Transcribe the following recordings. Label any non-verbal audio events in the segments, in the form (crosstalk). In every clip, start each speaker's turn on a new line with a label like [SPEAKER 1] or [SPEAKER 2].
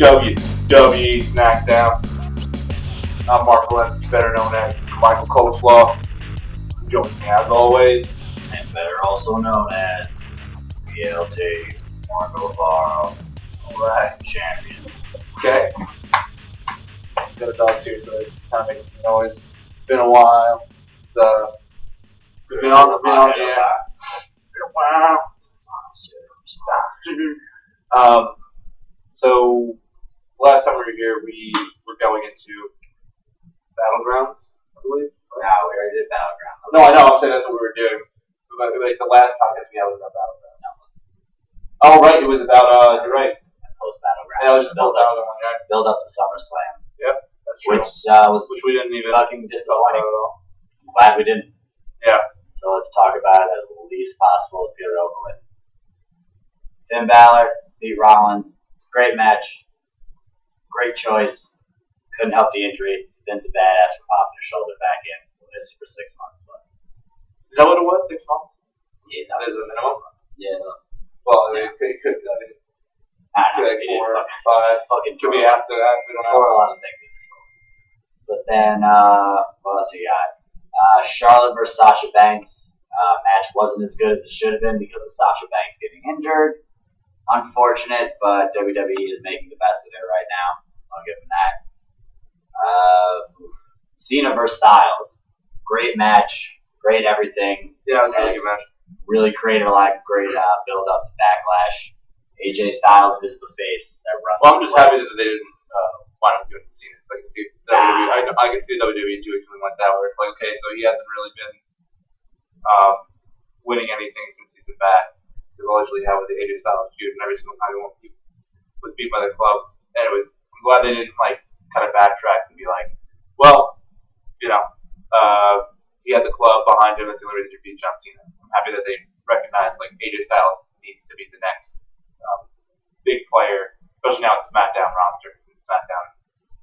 [SPEAKER 1] WWE E SmackDown. I'm Mark Valensky, better known as Michael Coleslaw. Joining me as always,
[SPEAKER 2] and better also known as BLT, Marco Barro, Black Champion.
[SPEAKER 1] okay? Got a dog here, so it's kind of making some noise. Been a while since uh, we've been on, been on the air. Been a while. (laughs) Um, so last time we were here, we were going into battlegrounds, I believe.
[SPEAKER 2] No, we already did Battleground.
[SPEAKER 1] No, I know. I'm saying that's what we were doing. But, like the last podcast we had was about battleground. Oh right, it was about uh. You're right.
[SPEAKER 2] Post
[SPEAKER 1] Yeah, it was
[SPEAKER 2] Battleground.
[SPEAKER 1] just about
[SPEAKER 2] up,
[SPEAKER 1] battleground. Right?
[SPEAKER 2] build up the SummerSlam,
[SPEAKER 1] That's true.
[SPEAKER 2] which uh, was
[SPEAKER 1] Which we didn't even talk
[SPEAKER 2] fucking
[SPEAKER 1] about
[SPEAKER 2] disappointing.
[SPEAKER 1] at all.
[SPEAKER 2] Glad we didn't.
[SPEAKER 1] Yeah.
[SPEAKER 2] So let's talk about it as least possible. Let's get it over with. Finn Balor beat Rollins. Great match. Great choice. Couldn't help the injury. Finn's a badass for popping his shoulder back in. We'll miss for six months, but
[SPEAKER 1] Is that what it was? Six months?
[SPEAKER 2] yeah,
[SPEAKER 1] That is a minimum.
[SPEAKER 2] Yeah.
[SPEAKER 1] Well, I mean, it could uh, I mean, it
[SPEAKER 2] I
[SPEAKER 1] could be
[SPEAKER 2] don't know.
[SPEAKER 1] like
[SPEAKER 2] He did
[SPEAKER 1] four,
[SPEAKER 2] fucking-
[SPEAKER 1] five.
[SPEAKER 2] fucking
[SPEAKER 1] Could be
[SPEAKER 2] tore-
[SPEAKER 1] after that. We don't know.
[SPEAKER 2] tore a lot of things in his shoulder. But then, uh, what else we got? Uh, Charlotte versus Sasha Banks. Uh, match wasn't as good as it should have been because of Sasha Banks getting injured. Unfortunate, but WWE is making the best of it right now. I'll give them that. Uh, oof. Cena versus Styles. Great match. Great everything.
[SPEAKER 1] Yeah, it was a really good match.
[SPEAKER 2] Really created a lot of great uh, build up to backlash. AJ Styles is the face that runs.
[SPEAKER 1] Well, I'm just
[SPEAKER 2] the place.
[SPEAKER 1] happy that they didn't uh, wind up doing the scene. I can see WWE. I, I can see WWE doing something like that, where it's like, okay, so he hasn't really been um, winning anything since he's been back. Because allegedly, how with the AJ Styles feud, and every single time he won- he was beat by the club. And it was, I'm glad they didn't like kind of backtrack and be like, well, you know, uh, he had the club behind him. That's the only reason you beat John Cena. I'm happy that they recognize like AJ Styles needs to be the next um, big player especially now with the SmackDown roster, since SmackDown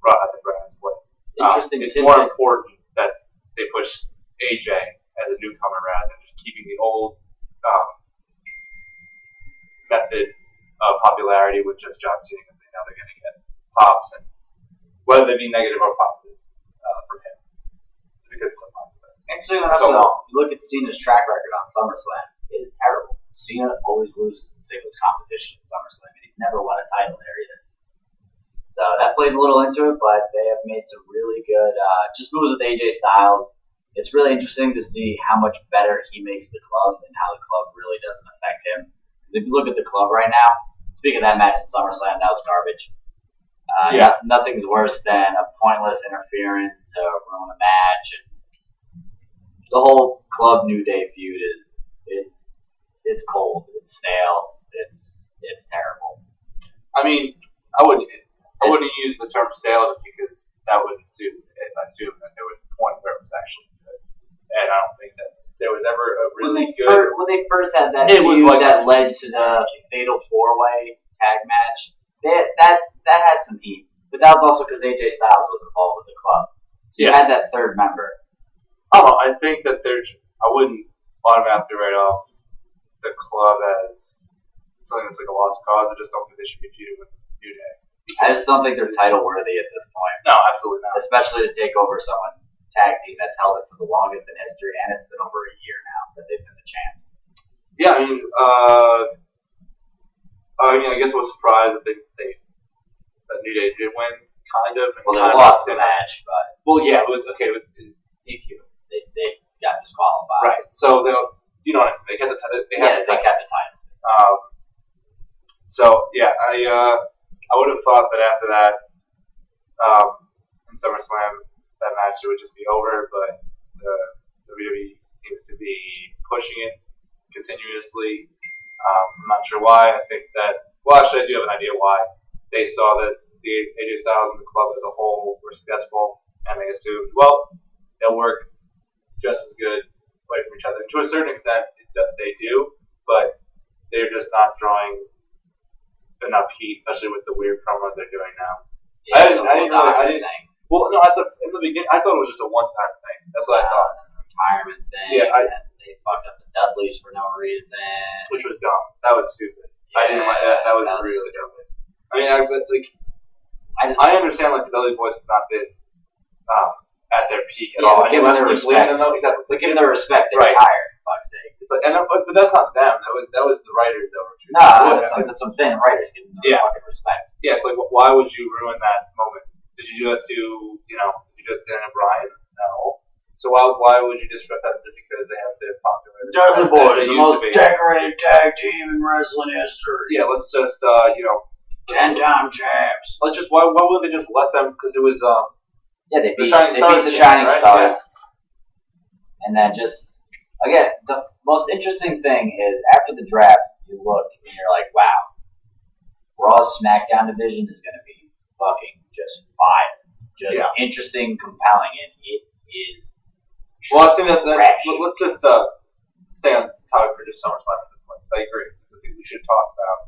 [SPEAKER 1] brought up the brand split. Um,
[SPEAKER 2] Interesting
[SPEAKER 1] it's
[SPEAKER 2] tidbit.
[SPEAKER 1] more important that they push AJ as a newcomer rather than just keeping the old um, method of popularity with just John Cena because they know they're going to get pops, and whether they be negative or positive uh, from him, because it's unpopular.
[SPEAKER 2] Actually, that's
[SPEAKER 1] So-
[SPEAKER 2] so, You look at Cena's track record on SummerSlam; it is terrible. Cena always loses in singles competition at SummerSlam, and he's never won a title there either. So that plays a little into it, but they have made some really good uh, just moves with AJ Styles. It's really interesting to see how much better he makes the club and how the club really doesn't affect him. 'Cause If you look at the club right now, speaking of that match at SummerSlam, that was garbage. Uh,
[SPEAKER 1] Yeah.
[SPEAKER 2] no- nothing's worse than a pointless interference to ruin a match and the whole club New Day feud is it's it's cold, it's stale, it's it's terrible.
[SPEAKER 1] I mean, I wouldn't. I wouldn't use the term stale because that would assume assume that there was a point where it was actually good, and I don't think that there was ever a really
[SPEAKER 2] when they
[SPEAKER 1] good.
[SPEAKER 2] First, when they first had that
[SPEAKER 1] It
[SPEAKER 2] it
[SPEAKER 1] was
[SPEAKER 2] feud
[SPEAKER 1] like a
[SPEAKER 2] that led to the fatal four way tag match, that that that had some heat, but that was also because AJ Styles was involved with the club, so you
[SPEAKER 1] Yeah.
[SPEAKER 2] had that third member.
[SPEAKER 1] I don't know. Oh, I think that there's. I wouldn't automatically write off the club as something that's like a lost cause. I just don't think they should be feuding with New Day.
[SPEAKER 2] I just don't think they're title worthy at this point,
[SPEAKER 1] No, absolutely not.
[SPEAKER 2] especially to take over someone tag team that's held it for the longest in history, and it's been over a year now that they've been the champs.
[SPEAKER 1] Yeah, I mean, uh, I mean, I guess I was surprised that they, they that New Day did win, kind of. and
[SPEAKER 2] Well,
[SPEAKER 1] kind of
[SPEAKER 2] they lost the
[SPEAKER 1] didn't.
[SPEAKER 2] match, but
[SPEAKER 1] Well, yeah, it was okay. It was, it was DQ.
[SPEAKER 2] they, they got disqualified.
[SPEAKER 1] Right. So they, you know, what I mean, they had the they had the
[SPEAKER 2] Yeah, they
[SPEAKER 1] title.
[SPEAKER 2] kept the title.
[SPEAKER 1] Um, so yeah, I uh, I would have thought that after that, um, in SummerSlam, that match would just be over. But the WWE seems to be pushing it continuously. Um, I'm not sure why. I think that well, actually, I do have an idea why they saw that the AJ Styles and the club as a whole were sketchful, and they assumed, well, they'll work just as good away from each other. And to a certain extent, it, do- they do, but they're just not drawing enough heat, especially with the weird promos they're doing now. I
[SPEAKER 2] Yeah,
[SPEAKER 1] didn't- I
[SPEAKER 2] the whole
[SPEAKER 1] didn't really- I
[SPEAKER 2] doctor
[SPEAKER 1] didn't-
[SPEAKER 2] thing,
[SPEAKER 1] Well, no, at the in the beginning, I thought it was just a one-time thing. That's what I thought,
[SPEAKER 2] uh, the retirement thing.
[SPEAKER 1] Yeah, I-
[SPEAKER 2] and they fucked up the Dudleys for no reason.
[SPEAKER 1] which was dumb. That was stupid. I didn't like that. That was really dumb. I mean, I but like
[SPEAKER 2] I just
[SPEAKER 1] I understand like the Dudley Boys have not been um, at their peak at
[SPEAKER 2] Yeah,
[SPEAKER 1] all.
[SPEAKER 2] but give
[SPEAKER 1] Anyone
[SPEAKER 2] them
[SPEAKER 1] who's leading them,
[SPEAKER 2] respect.
[SPEAKER 1] though, exactly. It's
[SPEAKER 2] like
[SPEAKER 1] like
[SPEAKER 2] giving them respect. They
[SPEAKER 1] Right.
[SPEAKER 2] retired, for fuck's sake.
[SPEAKER 1] it's like, and, uh, but, but that's not them. That was that was the writers that were.
[SPEAKER 2] No,
[SPEAKER 1] treating them.
[SPEAKER 2] that's, that's what I'm saying. Writers giving them
[SPEAKER 1] Yeah.
[SPEAKER 2] fucking respect.
[SPEAKER 1] yeah, it's like wh- why would you ruin that moment? Did you do that to you know? Did you do it to Dana Bryan? No. So why why would you disrupt that just because they have the popular? as- as they used to be?
[SPEAKER 2] decorated tag team in wrestling history.
[SPEAKER 1] Yeah, let's just uh, you know,
[SPEAKER 2] time champs.
[SPEAKER 1] let's just why why wouldn't they just let them? Because it was um
[SPEAKER 2] Yeah, they
[SPEAKER 1] The
[SPEAKER 2] beat the
[SPEAKER 1] Shining
[SPEAKER 2] Shining, they
[SPEAKER 1] Stars
[SPEAKER 2] beat the
[SPEAKER 1] did,
[SPEAKER 2] Shining
[SPEAKER 1] right?
[SPEAKER 2] Stars. And then just, again, the most interesting thing is after the draft, you look and you're like, wow, Raw's SmackDown division is going to be fucking just fire. Just
[SPEAKER 1] Yeah.
[SPEAKER 2] interesting, compelling, and it is.
[SPEAKER 1] Well, I think that, that
[SPEAKER 2] Fresh.
[SPEAKER 1] let- let's just uh, stay on topic for just SummerSlam at this point. I agree. I think we should talk about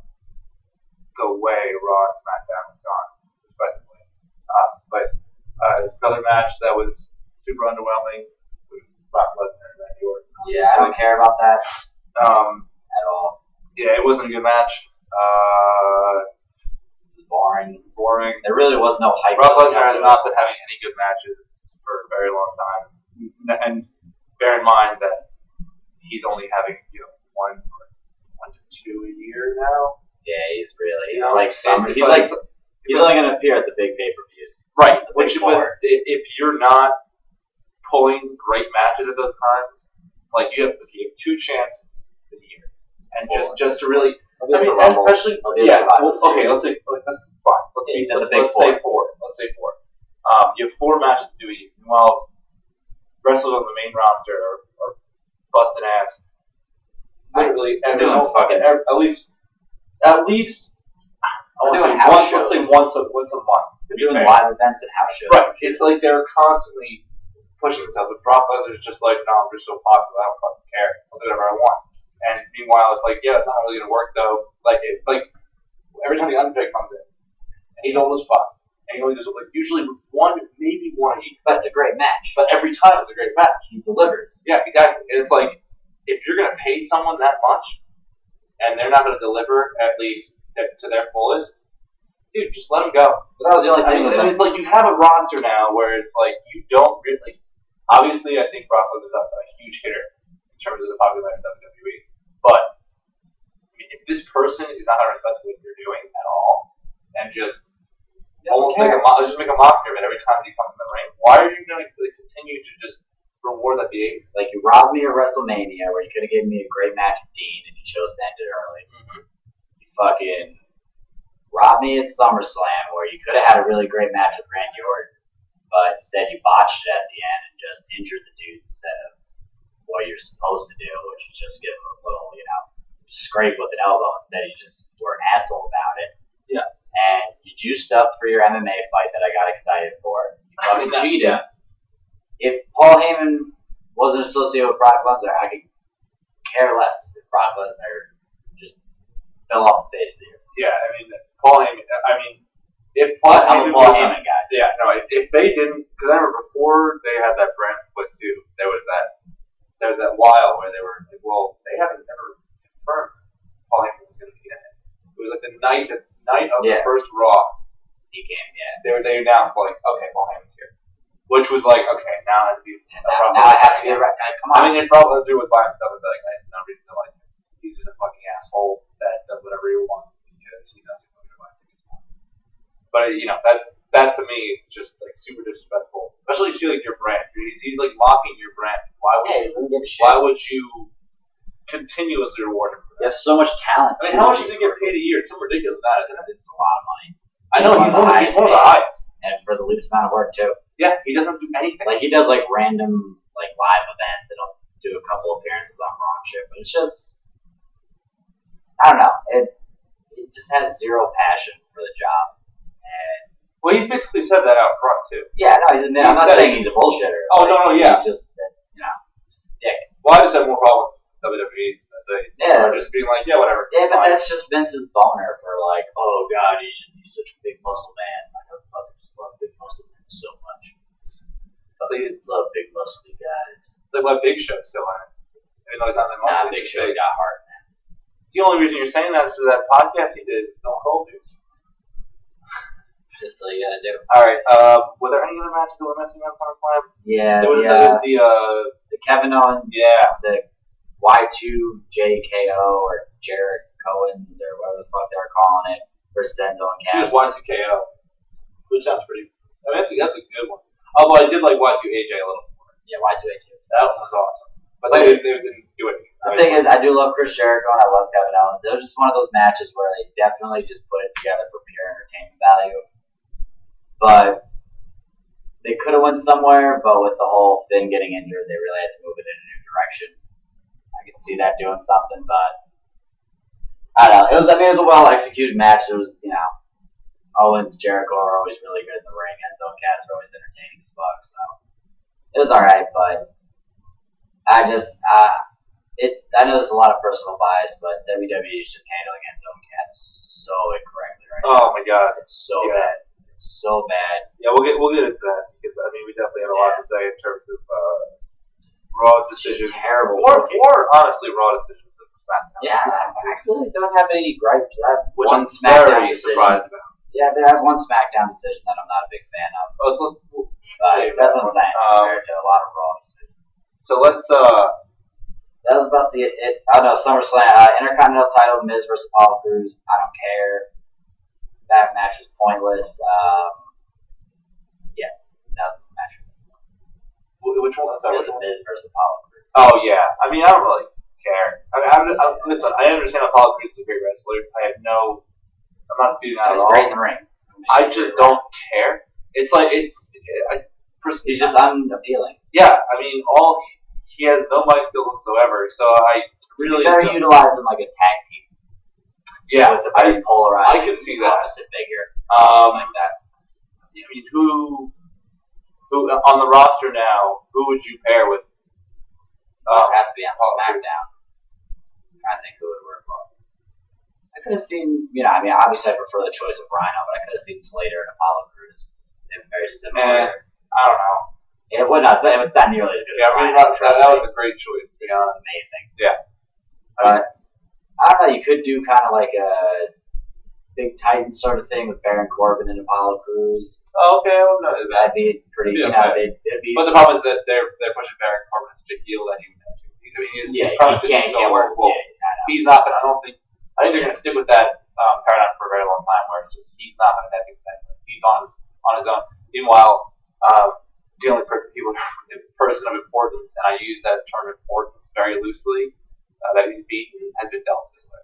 [SPEAKER 1] the way Raw and SmackDown have gone, respectively. Uh, but uh, another match that was super underwhelming with Brock Lesnar and Randy Orton.
[SPEAKER 2] Yeah, I don't care about that
[SPEAKER 1] Um,
[SPEAKER 2] at all.
[SPEAKER 1] yeah, it wasn't a good match. Uh,
[SPEAKER 2] It was boring.
[SPEAKER 1] boring.
[SPEAKER 2] There really was no hype.
[SPEAKER 1] Brock Lesnar has not been having any good matches for a very long time. N- And bear in mind that he's only having you know one or one to two a year now.
[SPEAKER 2] Yeah, he's really.
[SPEAKER 1] You
[SPEAKER 2] He's
[SPEAKER 1] know,
[SPEAKER 2] like
[SPEAKER 1] it's-
[SPEAKER 2] summer.
[SPEAKER 1] it's
[SPEAKER 2] He's like.
[SPEAKER 1] it's-
[SPEAKER 2] He's only going to appear at the big pay per views.
[SPEAKER 1] right.
[SPEAKER 2] the
[SPEAKER 1] Which
[SPEAKER 2] big
[SPEAKER 1] but i-
[SPEAKER 2] four.
[SPEAKER 1] if you're not pulling great matches at those times, like you have you have two chances a year, and just
[SPEAKER 2] Four.
[SPEAKER 1] just to really
[SPEAKER 2] I mean,
[SPEAKER 1] especially
[SPEAKER 2] Okay,
[SPEAKER 1] yeah.
[SPEAKER 2] Survivor
[SPEAKER 1] Well, okay,
[SPEAKER 2] Series.
[SPEAKER 1] let's say like, that's fine. Let's,
[SPEAKER 2] Yeah,
[SPEAKER 1] be-
[SPEAKER 2] he's at the
[SPEAKER 1] let's,
[SPEAKER 2] big
[SPEAKER 1] let's say four. Let's say four. Um, you have four matches to do. each. While wrestlers on the main roster are, are busting ass, literally
[SPEAKER 2] They're
[SPEAKER 1] every
[SPEAKER 2] doing fucking-
[SPEAKER 1] every- at least at least I want to say
[SPEAKER 2] They're doing house
[SPEAKER 1] once. Let's say
[SPEAKER 2] shows.
[SPEAKER 1] once a once a month. to be
[SPEAKER 2] They're doing
[SPEAKER 1] fair.
[SPEAKER 2] live events and house shows.
[SPEAKER 1] Right. It's like they're constantly pushing themselves. But Brock Lesnar's just like, no, I'm just so popular. I don't fucking care. I'll do whatever I want. And meanwhile, it's like, yeah, that's not really gonna work though. Like it's like every time the Undertaker comes in, and he's old as fuck, and he only does like usually one, maybe one a year.
[SPEAKER 2] But it's a great match.
[SPEAKER 1] But every time it's a great match.
[SPEAKER 2] he delivers.
[SPEAKER 1] Yeah, exactly. And it's like if you're gonna pay someone that much, and they're not gonna deliver at least to their fullest, dude, just let them go.
[SPEAKER 2] But that was the only
[SPEAKER 1] I
[SPEAKER 2] thing.
[SPEAKER 1] mean,
[SPEAKER 2] was
[SPEAKER 1] and
[SPEAKER 2] like,
[SPEAKER 1] it's like you have a roster now where it's like you don't really. Obviously, I think Brock Lesnar is a, a huge hitter in terms of the popularity of WWE. But I mean, if this person is not going to respect what you're doing at all, and just
[SPEAKER 2] Doesn't
[SPEAKER 1] almost make a
[SPEAKER 2] care.
[SPEAKER 1] mo- just make a mockery of it every time he comes in the ring, why are you going to continue to just reward that behavior?
[SPEAKER 2] like you robbed me of WrestleMania where you could have given me a great match with Dean and you chose to end it early. You fucking robbed me at SummerSlam where you could have had a really great match with Randy Orton, but instead you botched it at the end and just injured the dude instead of what you're supposed to do, which is just give him a little, you know, scrape with an elbow. Instead you just were an asshole about it.
[SPEAKER 1] Yeah.
[SPEAKER 2] And you juiced up for your MMA fight that I got excited for. You fucking
[SPEAKER 1] Yeah.
[SPEAKER 2] cheated. If Paul Heyman wasn't associated with Brock Lesnar, I could care less if Brock Lesnar just fell off the face of the earth.
[SPEAKER 1] Yeah, I mean, Paul Heyman. I mean, if Paul
[SPEAKER 2] But I'm a
[SPEAKER 1] Heyman
[SPEAKER 2] Paul
[SPEAKER 1] wasn't-
[SPEAKER 2] Heyman guy.
[SPEAKER 1] Yeah, no, if, if they didn't, because I remember before they had that brand split too, there was that there was that while where they were like, well, they haven't ever confirmed Paul Heyman was going to be in it. It was like the night the night of the
[SPEAKER 2] Yeah.
[SPEAKER 1] first Raw,
[SPEAKER 2] He came, yeah.
[SPEAKER 1] they were they announced like, okay, Paul Heyman's here, which was like, okay, now I'd be.
[SPEAKER 2] And now, now I have to be a rep guy. Come
[SPEAKER 1] I
[SPEAKER 2] on.
[SPEAKER 1] mean, if Brock Lesnar was by himself, I'd be like, I have no reason to like him. He's just a fucking asshole that does whatever he wants because he doesn't want to buy tickets. But you know, that's that to me, it's just like super disrespectful, especially to like your brand. He's, he's like mocking your brand. Why would
[SPEAKER 2] yeah, he
[SPEAKER 1] you,
[SPEAKER 2] doesn't give a shit.
[SPEAKER 1] why would you continuously reward him? For
[SPEAKER 2] You
[SPEAKER 1] that?
[SPEAKER 2] have so much talent.
[SPEAKER 1] I mean,
[SPEAKER 2] too.
[SPEAKER 1] how much does he get paid a year? It's some ridiculous amount. It's-
[SPEAKER 2] It's a lot of money.
[SPEAKER 1] I know he's one, of the- he's one of the highest.
[SPEAKER 2] And for the least amount of work, too.
[SPEAKER 1] Yeah, he doesn't do anything.
[SPEAKER 2] Like, he does, like, random, like, live events and he'll do a couple appearances on Raw and shit, but it's just, I don't know. It, it just has zero passion for the job. And,
[SPEAKER 1] well, he's basically said that out front too.
[SPEAKER 2] yeah, no, he's, man, I'm
[SPEAKER 1] He
[SPEAKER 2] not
[SPEAKER 1] said-
[SPEAKER 2] saying he's a bullshitter.
[SPEAKER 1] Oh, no, no, yeah.
[SPEAKER 2] He's just, uh, you know, just a dick.
[SPEAKER 1] Well, I just have more problem with WWE. that E? They
[SPEAKER 2] Yeah.
[SPEAKER 1] are just being like, yeah, whatever.
[SPEAKER 2] Yeah,
[SPEAKER 1] it's
[SPEAKER 2] but
[SPEAKER 1] fine.
[SPEAKER 2] that's just Vince's boner for like, oh god, he's, he's such a big muscle man. I love, love, love big muscle men so much. I love big muscly guys.
[SPEAKER 1] It's like why Big Show's still on it. Even though he's not that
[SPEAKER 2] Nah,
[SPEAKER 1] much.
[SPEAKER 2] Big Show got heart, man.
[SPEAKER 1] The only reason you're saying that is 'cause that podcast he did, Stone Cold News.
[SPEAKER 2] That's all you gotta do.
[SPEAKER 1] All right. Uh, were there any other matches that were missing on SummerSlam?
[SPEAKER 2] Yeah,
[SPEAKER 1] there was,
[SPEAKER 2] the,
[SPEAKER 1] there
[SPEAKER 2] uh,
[SPEAKER 1] was the uh,
[SPEAKER 2] the Kevin Owens,
[SPEAKER 1] yeah,
[SPEAKER 2] the Y2JKO or Jared Cohen or whatever the fuck they were calling it versus Enzo and
[SPEAKER 1] he
[SPEAKER 2] Cass.
[SPEAKER 1] was Y2KO, which sounds pretty. I mean, that's a, that's a good one. Although I did like Y2AJ a little. more.
[SPEAKER 2] Yeah, Y2JKO.
[SPEAKER 1] That one was awesome, but they, they didn't do it.
[SPEAKER 2] The thing is, I do love Chris Jericho and I love Kevin Owens. It was just one of those matches where they definitely just put it together for pure entertainment value. But they could have went somewhere, but with the whole Finn getting injured, they really had to move it in a new direction. I could see that doing something, but I don't know. It was, I mean, it was a well executed match. It was, you know, Owens, Jericho are always really good in the ring. Enzo and Cass are always entertaining as fuck, so it was all right. But I just, uh, it's I know there's a lot of personal bias, but WWE is just handling Enzo and Cass so incorrectly right now.
[SPEAKER 1] oh my god.
[SPEAKER 2] It's so
[SPEAKER 1] yeah.
[SPEAKER 2] bad. It's so bad.
[SPEAKER 1] Yeah, we'll get we'll get into that because I mean we definitely had a lot to say in terms of uh,
[SPEAKER 2] Just-
[SPEAKER 1] Raw
[SPEAKER 2] It's just
[SPEAKER 1] decisions,
[SPEAKER 2] terrible
[SPEAKER 1] or,
[SPEAKER 2] booking.
[SPEAKER 1] or honestly Raw decisions. of SmackDown.
[SPEAKER 2] Yeah, I I really don't have any gripes. I have
[SPEAKER 1] which I'm
[SPEAKER 2] one
[SPEAKER 1] very
[SPEAKER 2] SmackDown decision.
[SPEAKER 1] surprised about.
[SPEAKER 2] Yeah, I have one SmackDown decision that I'm not a big fan of.
[SPEAKER 1] Oh, so let's, we'll
[SPEAKER 2] But
[SPEAKER 1] save
[SPEAKER 2] that's
[SPEAKER 1] that
[SPEAKER 2] what I'm
[SPEAKER 1] one.
[SPEAKER 2] saying
[SPEAKER 1] Um,
[SPEAKER 2] compared to a lot of Raw decisions.
[SPEAKER 1] so let's uh,
[SPEAKER 2] That was about the it. I don't know SummerSlam uh, Intercontinental title Miz versus Apollo Crews. I don't care. That match was pointless. Um, yeah, that match was pointless.
[SPEAKER 1] wh- which one? Sorry,
[SPEAKER 2] It
[SPEAKER 1] which
[SPEAKER 2] was
[SPEAKER 1] one?
[SPEAKER 2] Miz versus Apollo Crews.
[SPEAKER 1] Oh yeah, I mean I don't really care. I mean, I'm, I'm, listen, I understand Apollo Crews is a great wrestler. I have no, I'm not disputing that
[SPEAKER 2] That
[SPEAKER 1] at
[SPEAKER 2] was
[SPEAKER 1] all.
[SPEAKER 2] great in the ring.
[SPEAKER 1] I just don't care. It's like it's, I, pers-
[SPEAKER 2] He's just unappealing.
[SPEAKER 1] yeah. I mean, all he has no mic skills whatsoever. So I really
[SPEAKER 2] Better
[SPEAKER 1] don't-
[SPEAKER 2] utilize him like a tag team
[SPEAKER 1] yeah.
[SPEAKER 2] with the
[SPEAKER 1] I
[SPEAKER 2] very polarized
[SPEAKER 1] I can see that.
[SPEAKER 2] opposite figure
[SPEAKER 1] um,
[SPEAKER 2] like that.
[SPEAKER 1] I mean, who, who uh, on the roster now? Who would you pair with?
[SPEAKER 2] Oh, It
[SPEAKER 1] Um,
[SPEAKER 2] has to be on
[SPEAKER 1] Apollo Crews.
[SPEAKER 2] SmackDown. I think who would work well. I could have seen, you know, I mean, obviously I prefer the choice of Rhino, but I could have seen Slater and Apollo Crews. They're very similar.
[SPEAKER 1] I don't know.
[SPEAKER 2] It would not. It's not nearly as good.
[SPEAKER 1] Yeah, I
[SPEAKER 2] as
[SPEAKER 1] mean,
[SPEAKER 2] Rhino,
[SPEAKER 1] that, that,
[SPEAKER 2] trust
[SPEAKER 1] that
[SPEAKER 2] me.
[SPEAKER 1] was a great choice. To be
[SPEAKER 2] It's
[SPEAKER 1] honest.
[SPEAKER 2] amazing.
[SPEAKER 1] Yeah.
[SPEAKER 2] But I don't know. You could do kind of like a big Titan sort of thing with Baron Corbin and Apollo Crews.
[SPEAKER 1] Oh, okay, well, no, that.
[SPEAKER 2] That'd be pretty.
[SPEAKER 1] Yeah,
[SPEAKER 2] you know,
[SPEAKER 1] but-
[SPEAKER 2] they'd, it'd be.
[SPEAKER 1] But the problem is that they're they're pushing Baron Corbin as such a heel that he I mean, he's, he's
[SPEAKER 2] yeah, you
[SPEAKER 1] promised
[SPEAKER 2] can't,
[SPEAKER 1] he's
[SPEAKER 2] you
[SPEAKER 1] gonna
[SPEAKER 2] can't work.
[SPEAKER 1] Well,
[SPEAKER 2] Yeah, I know.
[SPEAKER 1] He's not, but I don't think I think they're going to stick with that um, paradigm for a very long time, where it's just he's not going to have that. He's on his on his own. Meanwhile, um, the only per- people, person of importance, and I use that term importance very loosely, uh, that he's beaten has been Dolph Ziggler.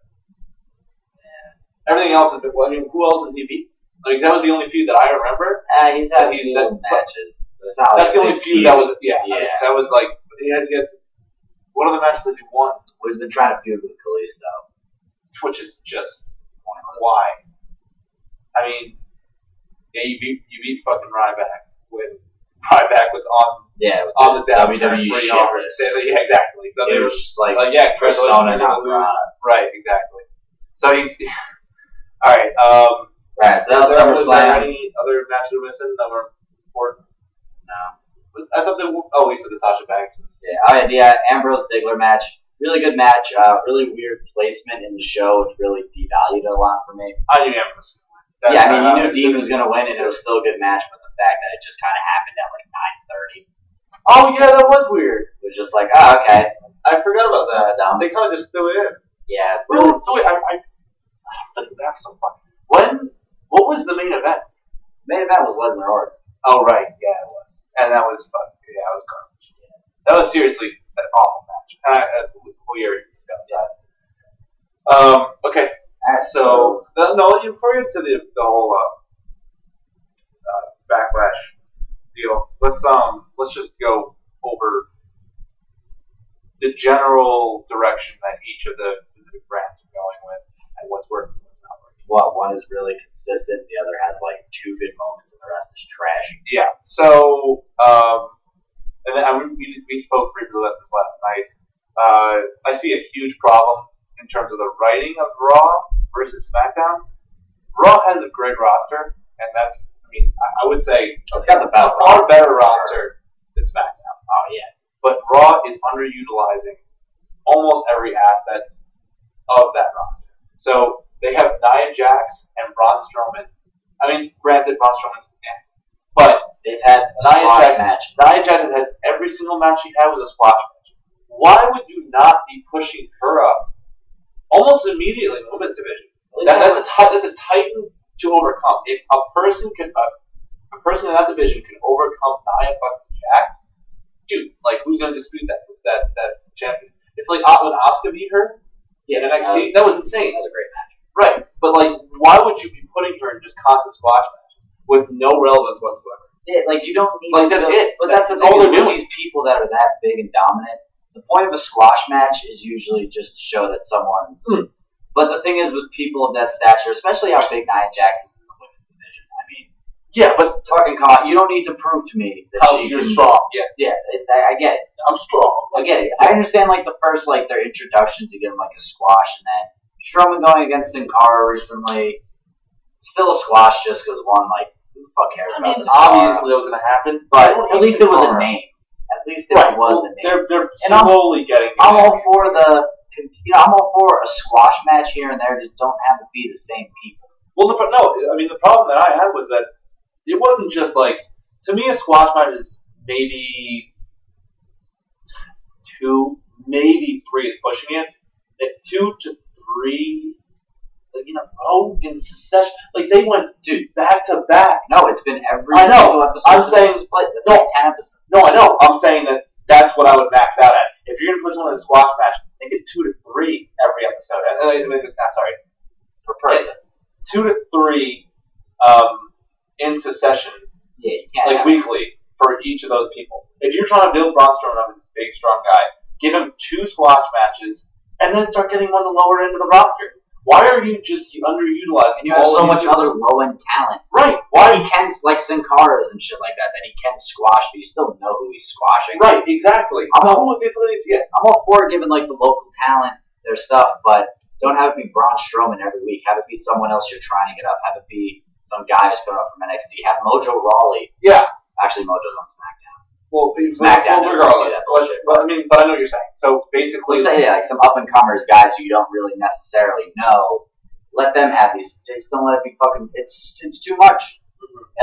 [SPEAKER 1] Everything else has been. Well, I mean, who else has he beat? Like that was the only feud that I remember.
[SPEAKER 2] Uh, he's had
[SPEAKER 1] He's-
[SPEAKER 2] few
[SPEAKER 1] that-
[SPEAKER 2] matches. It's not
[SPEAKER 1] That's
[SPEAKER 2] like
[SPEAKER 1] the
[SPEAKER 2] a
[SPEAKER 1] only
[SPEAKER 2] big
[SPEAKER 1] feud that was yeah,
[SPEAKER 2] Yeah.
[SPEAKER 1] that was like he has he has one of the matches that he won,
[SPEAKER 2] We've been trying to feud with Kalisto.
[SPEAKER 1] which is just
[SPEAKER 2] Pointless.
[SPEAKER 1] why. I mean, yeah, you beat you beat fucking Ryback when Ryback was on
[SPEAKER 2] Yeah, with
[SPEAKER 1] on the down
[SPEAKER 2] WWE E shit.
[SPEAKER 1] yeah, exactly. So
[SPEAKER 2] It
[SPEAKER 1] they were
[SPEAKER 2] was just like,
[SPEAKER 1] like, yeah, Chris
[SPEAKER 2] persona,
[SPEAKER 1] Owen
[SPEAKER 2] not
[SPEAKER 1] gonna lose.
[SPEAKER 2] Ron.
[SPEAKER 1] Right, exactly. So he's (laughs) all right. Um,
[SPEAKER 2] right. So that
[SPEAKER 1] was
[SPEAKER 2] was
[SPEAKER 1] there, was there
[SPEAKER 2] SummerSlam.
[SPEAKER 1] any other matches we're missing that were important?
[SPEAKER 2] No.
[SPEAKER 1] I thought they were, oh, we said the Sasha Banks. was-
[SPEAKER 2] Yeah, oh, yeah, the uh, Ambrose Ziggler match. Really good match. Uh, really weird placement in the show, which really devalued it a lot for me.
[SPEAKER 1] I knew Ambrose. That-
[SPEAKER 2] yeah, I mean,
[SPEAKER 1] that-
[SPEAKER 2] you knew Dean was going to win, and it was still a good match, but the fact that it just kind of happened at like
[SPEAKER 1] Oh yeah, that was weird.
[SPEAKER 2] 9:30 was just like, oh, okay.
[SPEAKER 1] I forgot about
[SPEAKER 2] Uh,
[SPEAKER 1] that.
[SPEAKER 2] dumb.
[SPEAKER 1] They kind of just threw it in.
[SPEAKER 2] Yeah, really,
[SPEAKER 1] Really? So wait, I, I, I have to ask some fun. When? What was the main event?
[SPEAKER 2] main event was Lesnar Orton.
[SPEAKER 1] Oh right, yeah, it was, and that was fun. Yeah, that was garbage. That was seriously an awful match. And I, uh, we we already discussed that. Um. Okay.
[SPEAKER 2] Uh,
[SPEAKER 1] So the, no, you before you get to the the whole uh, uh, backlash deal. Let's um let's just go over the general direction that each of the specific brands are going with and what's working, what's not working.
[SPEAKER 2] what? One is really consistent, the other has like two good moments, and the rest is trash.
[SPEAKER 1] Yeah. So, um, and then I, we- we, we spoke briefly about this last night. Uh, I see a huge problem in terms of the writing of Raw versus SmackDown. Raw has a great roster, and that's, I mean, I, I would say
[SPEAKER 2] It's got the
[SPEAKER 1] a
[SPEAKER 2] belt.
[SPEAKER 1] far better roster than SmackDown.
[SPEAKER 2] Oh yeah.
[SPEAKER 1] But Raw is underutilizing almost every aspect of that roster. So they have Nia Jax and Braun Strowman I mean, granted, Braun Strowman's yeah, but
[SPEAKER 2] They've had a
[SPEAKER 1] Nia
[SPEAKER 2] squash
[SPEAKER 1] Jax-
[SPEAKER 2] match.
[SPEAKER 1] Nia Jax has had every single match she had was a squash match. Why would you not be pushing her up almost immediately in the women's division? That, that's a ti- that's a titan to overcome. If a person can a, a person in that division can overcome Nia fucking Jax, dude, like who's gonna dispute that that that champion? It's like uh, when Asuka beat her in
[SPEAKER 2] yeah,
[SPEAKER 1] NXT. That
[SPEAKER 2] That
[SPEAKER 1] was
[SPEAKER 2] was,
[SPEAKER 1] insane.
[SPEAKER 2] that was a great match.
[SPEAKER 1] Right, but like, why would you be putting her in just constant squash matches with no relevance whatsoever?
[SPEAKER 2] Yeah, like you don't need.
[SPEAKER 1] Like,
[SPEAKER 2] to
[SPEAKER 1] that's
[SPEAKER 2] go-
[SPEAKER 1] it.
[SPEAKER 2] But that's,
[SPEAKER 1] That's
[SPEAKER 2] the thing
[SPEAKER 1] all
[SPEAKER 2] is
[SPEAKER 1] they're
[SPEAKER 2] with
[SPEAKER 1] doing.
[SPEAKER 2] These people that are that big and dominant. The point of a squash match is usually just to show that someone's.
[SPEAKER 1] Hmm.
[SPEAKER 2] But the thing is, with people of that stature, especially how big Nia Jax is in the women's division. I mean,
[SPEAKER 1] Yeah, but
[SPEAKER 2] fucking come on, you don't need to prove to me that
[SPEAKER 1] how
[SPEAKER 2] she
[SPEAKER 1] Oh, you're
[SPEAKER 2] can-
[SPEAKER 1] strong. Yeah,
[SPEAKER 2] Yeah, it, I, I get it.
[SPEAKER 1] I'm strong.
[SPEAKER 2] I get it. I understand like the first like their introduction to give them like a squash and then Strowman going against Sin Cara recently, still a squash just because one like who the fuck cares
[SPEAKER 1] I mean,
[SPEAKER 2] about Sin Cara?
[SPEAKER 1] obviously that was gonna happen,
[SPEAKER 2] But
[SPEAKER 1] Everyone
[SPEAKER 2] at
[SPEAKER 1] hates
[SPEAKER 2] least it was a
[SPEAKER 1] Cesaro.
[SPEAKER 2] name. At least it
[SPEAKER 1] Right,
[SPEAKER 2] was
[SPEAKER 1] well,
[SPEAKER 2] a name.
[SPEAKER 1] they're they're
[SPEAKER 2] And I'm-
[SPEAKER 1] slowly getting. it.
[SPEAKER 2] I'm all for the you know I'm all for a squash match here and there. Just don't have to be the same people.
[SPEAKER 1] Well, the, pro- no, I mean the problem that I had was that it wasn't just like to me a squash match is maybe two, maybe three is pushing it. Like two to three, like in a row in succession, like they went dude back to back.
[SPEAKER 2] No, it's been every
[SPEAKER 1] I know.
[SPEAKER 2] single episode.
[SPEAKER 1] I'm
[SPEAKER 2] since
[SPEAKER 1] saying-
[SPEAKER 2] it's split. That's
[SPEAKER 1] No.
[SPEAKER 2] like ten episodes.
[SPEAKER 1] No, I know. I'm saying that that's what I would max out at. If you're gonna put someone in a squash match, make it two to three every episode. Uh, And, and, and, and- sorry,
[SPEAKER 2] per person.
[SPEAKER 1] two to three um, in succession
[SPEAKER 2] Yeah, you can't.
[SPEAKER 1] like
[SPEAKER 2] have-
[SPEAKER 1] weekly for each of those people. If you're trying to build Braun Strowman up as a big, strong guy, give him two squash matches, and then start getting him on the lower end of the roster. Why are you just underutilizing?
[SPEAKER 2] and you have
[SPEAKER 1] all
[SPEAKER 2] so
[SPEAKER 1] of
[SPEAKER 2] much
[SPEAKER 1] these-
[SPEAKER 2] other low end talent.
[SPEAKER 1] right?
[SPEAKER 2] Why
[SPEAKER 1] Why?
[SPEAKER 2] he can like Sin Cara's and shit like that that he can squash, but you still know who he's squashing.
[SPEAKER 1] Right? Exactly.
[SPEAKER 2] I'm all-
[SPEAKER 1] Who would they put these? Yeah.
[SPEAKER 2] I'm all for giving like the local talent their stuff, but don't have it be Braun Strowman every week. Have it be someone else you're trying to get up. Have it be some guy who's coming up from NXT. Have Mojo Rawley.
[SPEAKER 1] Yeah.
[SPEAKER 2] Actually, Mojo's on SmackDown.
[SPEAKER 1] Well, it's-
[SPEAKER 2] SmackDown
[SPEAKER 1] well,
[SPEAKER 2] doesn't
[SPEAKER 1] regardless.
[SPEAKER 2] do that
[SPEAKER 1] Let's- but I mean, but I know what you're saying. So basically,
[SPEAKER 2] Please, yeah, like some up and comers guys who you don't really necessarily know. Let them have these. Just don't let it be fucking. It's it's too much.